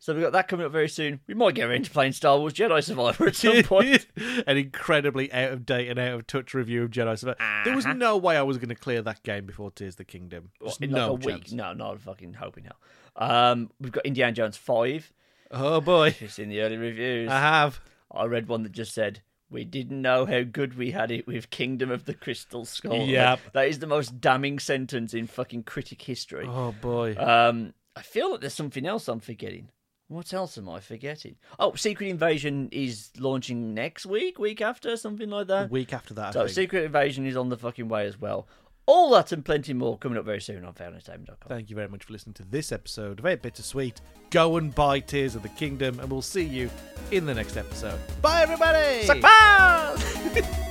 So we've got that coming up very soon. We might get around to playing Star Wars Jedi Survivor at some point. An incredibly out of date and out of touch review of Jedi Survivor. There was no way I was going to clear that game before Tears of the Kingdom. Just in no like a week. chance. No, not a fucking hope in hell. Um, we've got Indiana Jones 5. Oh boy, You've seen the early reviews. I have. I read one that just said, We didn't know how good we had it with Kingdom of the Crystal Skull. Like, Yep. that is the most damning sentence in fucking critic history. Oh boy. Um, I feel that there's something else I'm forgetting. What else am I forgetting? Oh, Secret Invasion is launching next week, week after, something like a that. week after that, I So think. Secret Invasion is on the fucking way as well. All that and plenty more coming up very soon on fairnesstime.com. Thank you very much for listening to this episode of 8 Bittersweet. Go and buy Tears of the Kingdom, and we'll see you in the next episode. Bye, everybody! Suck balls!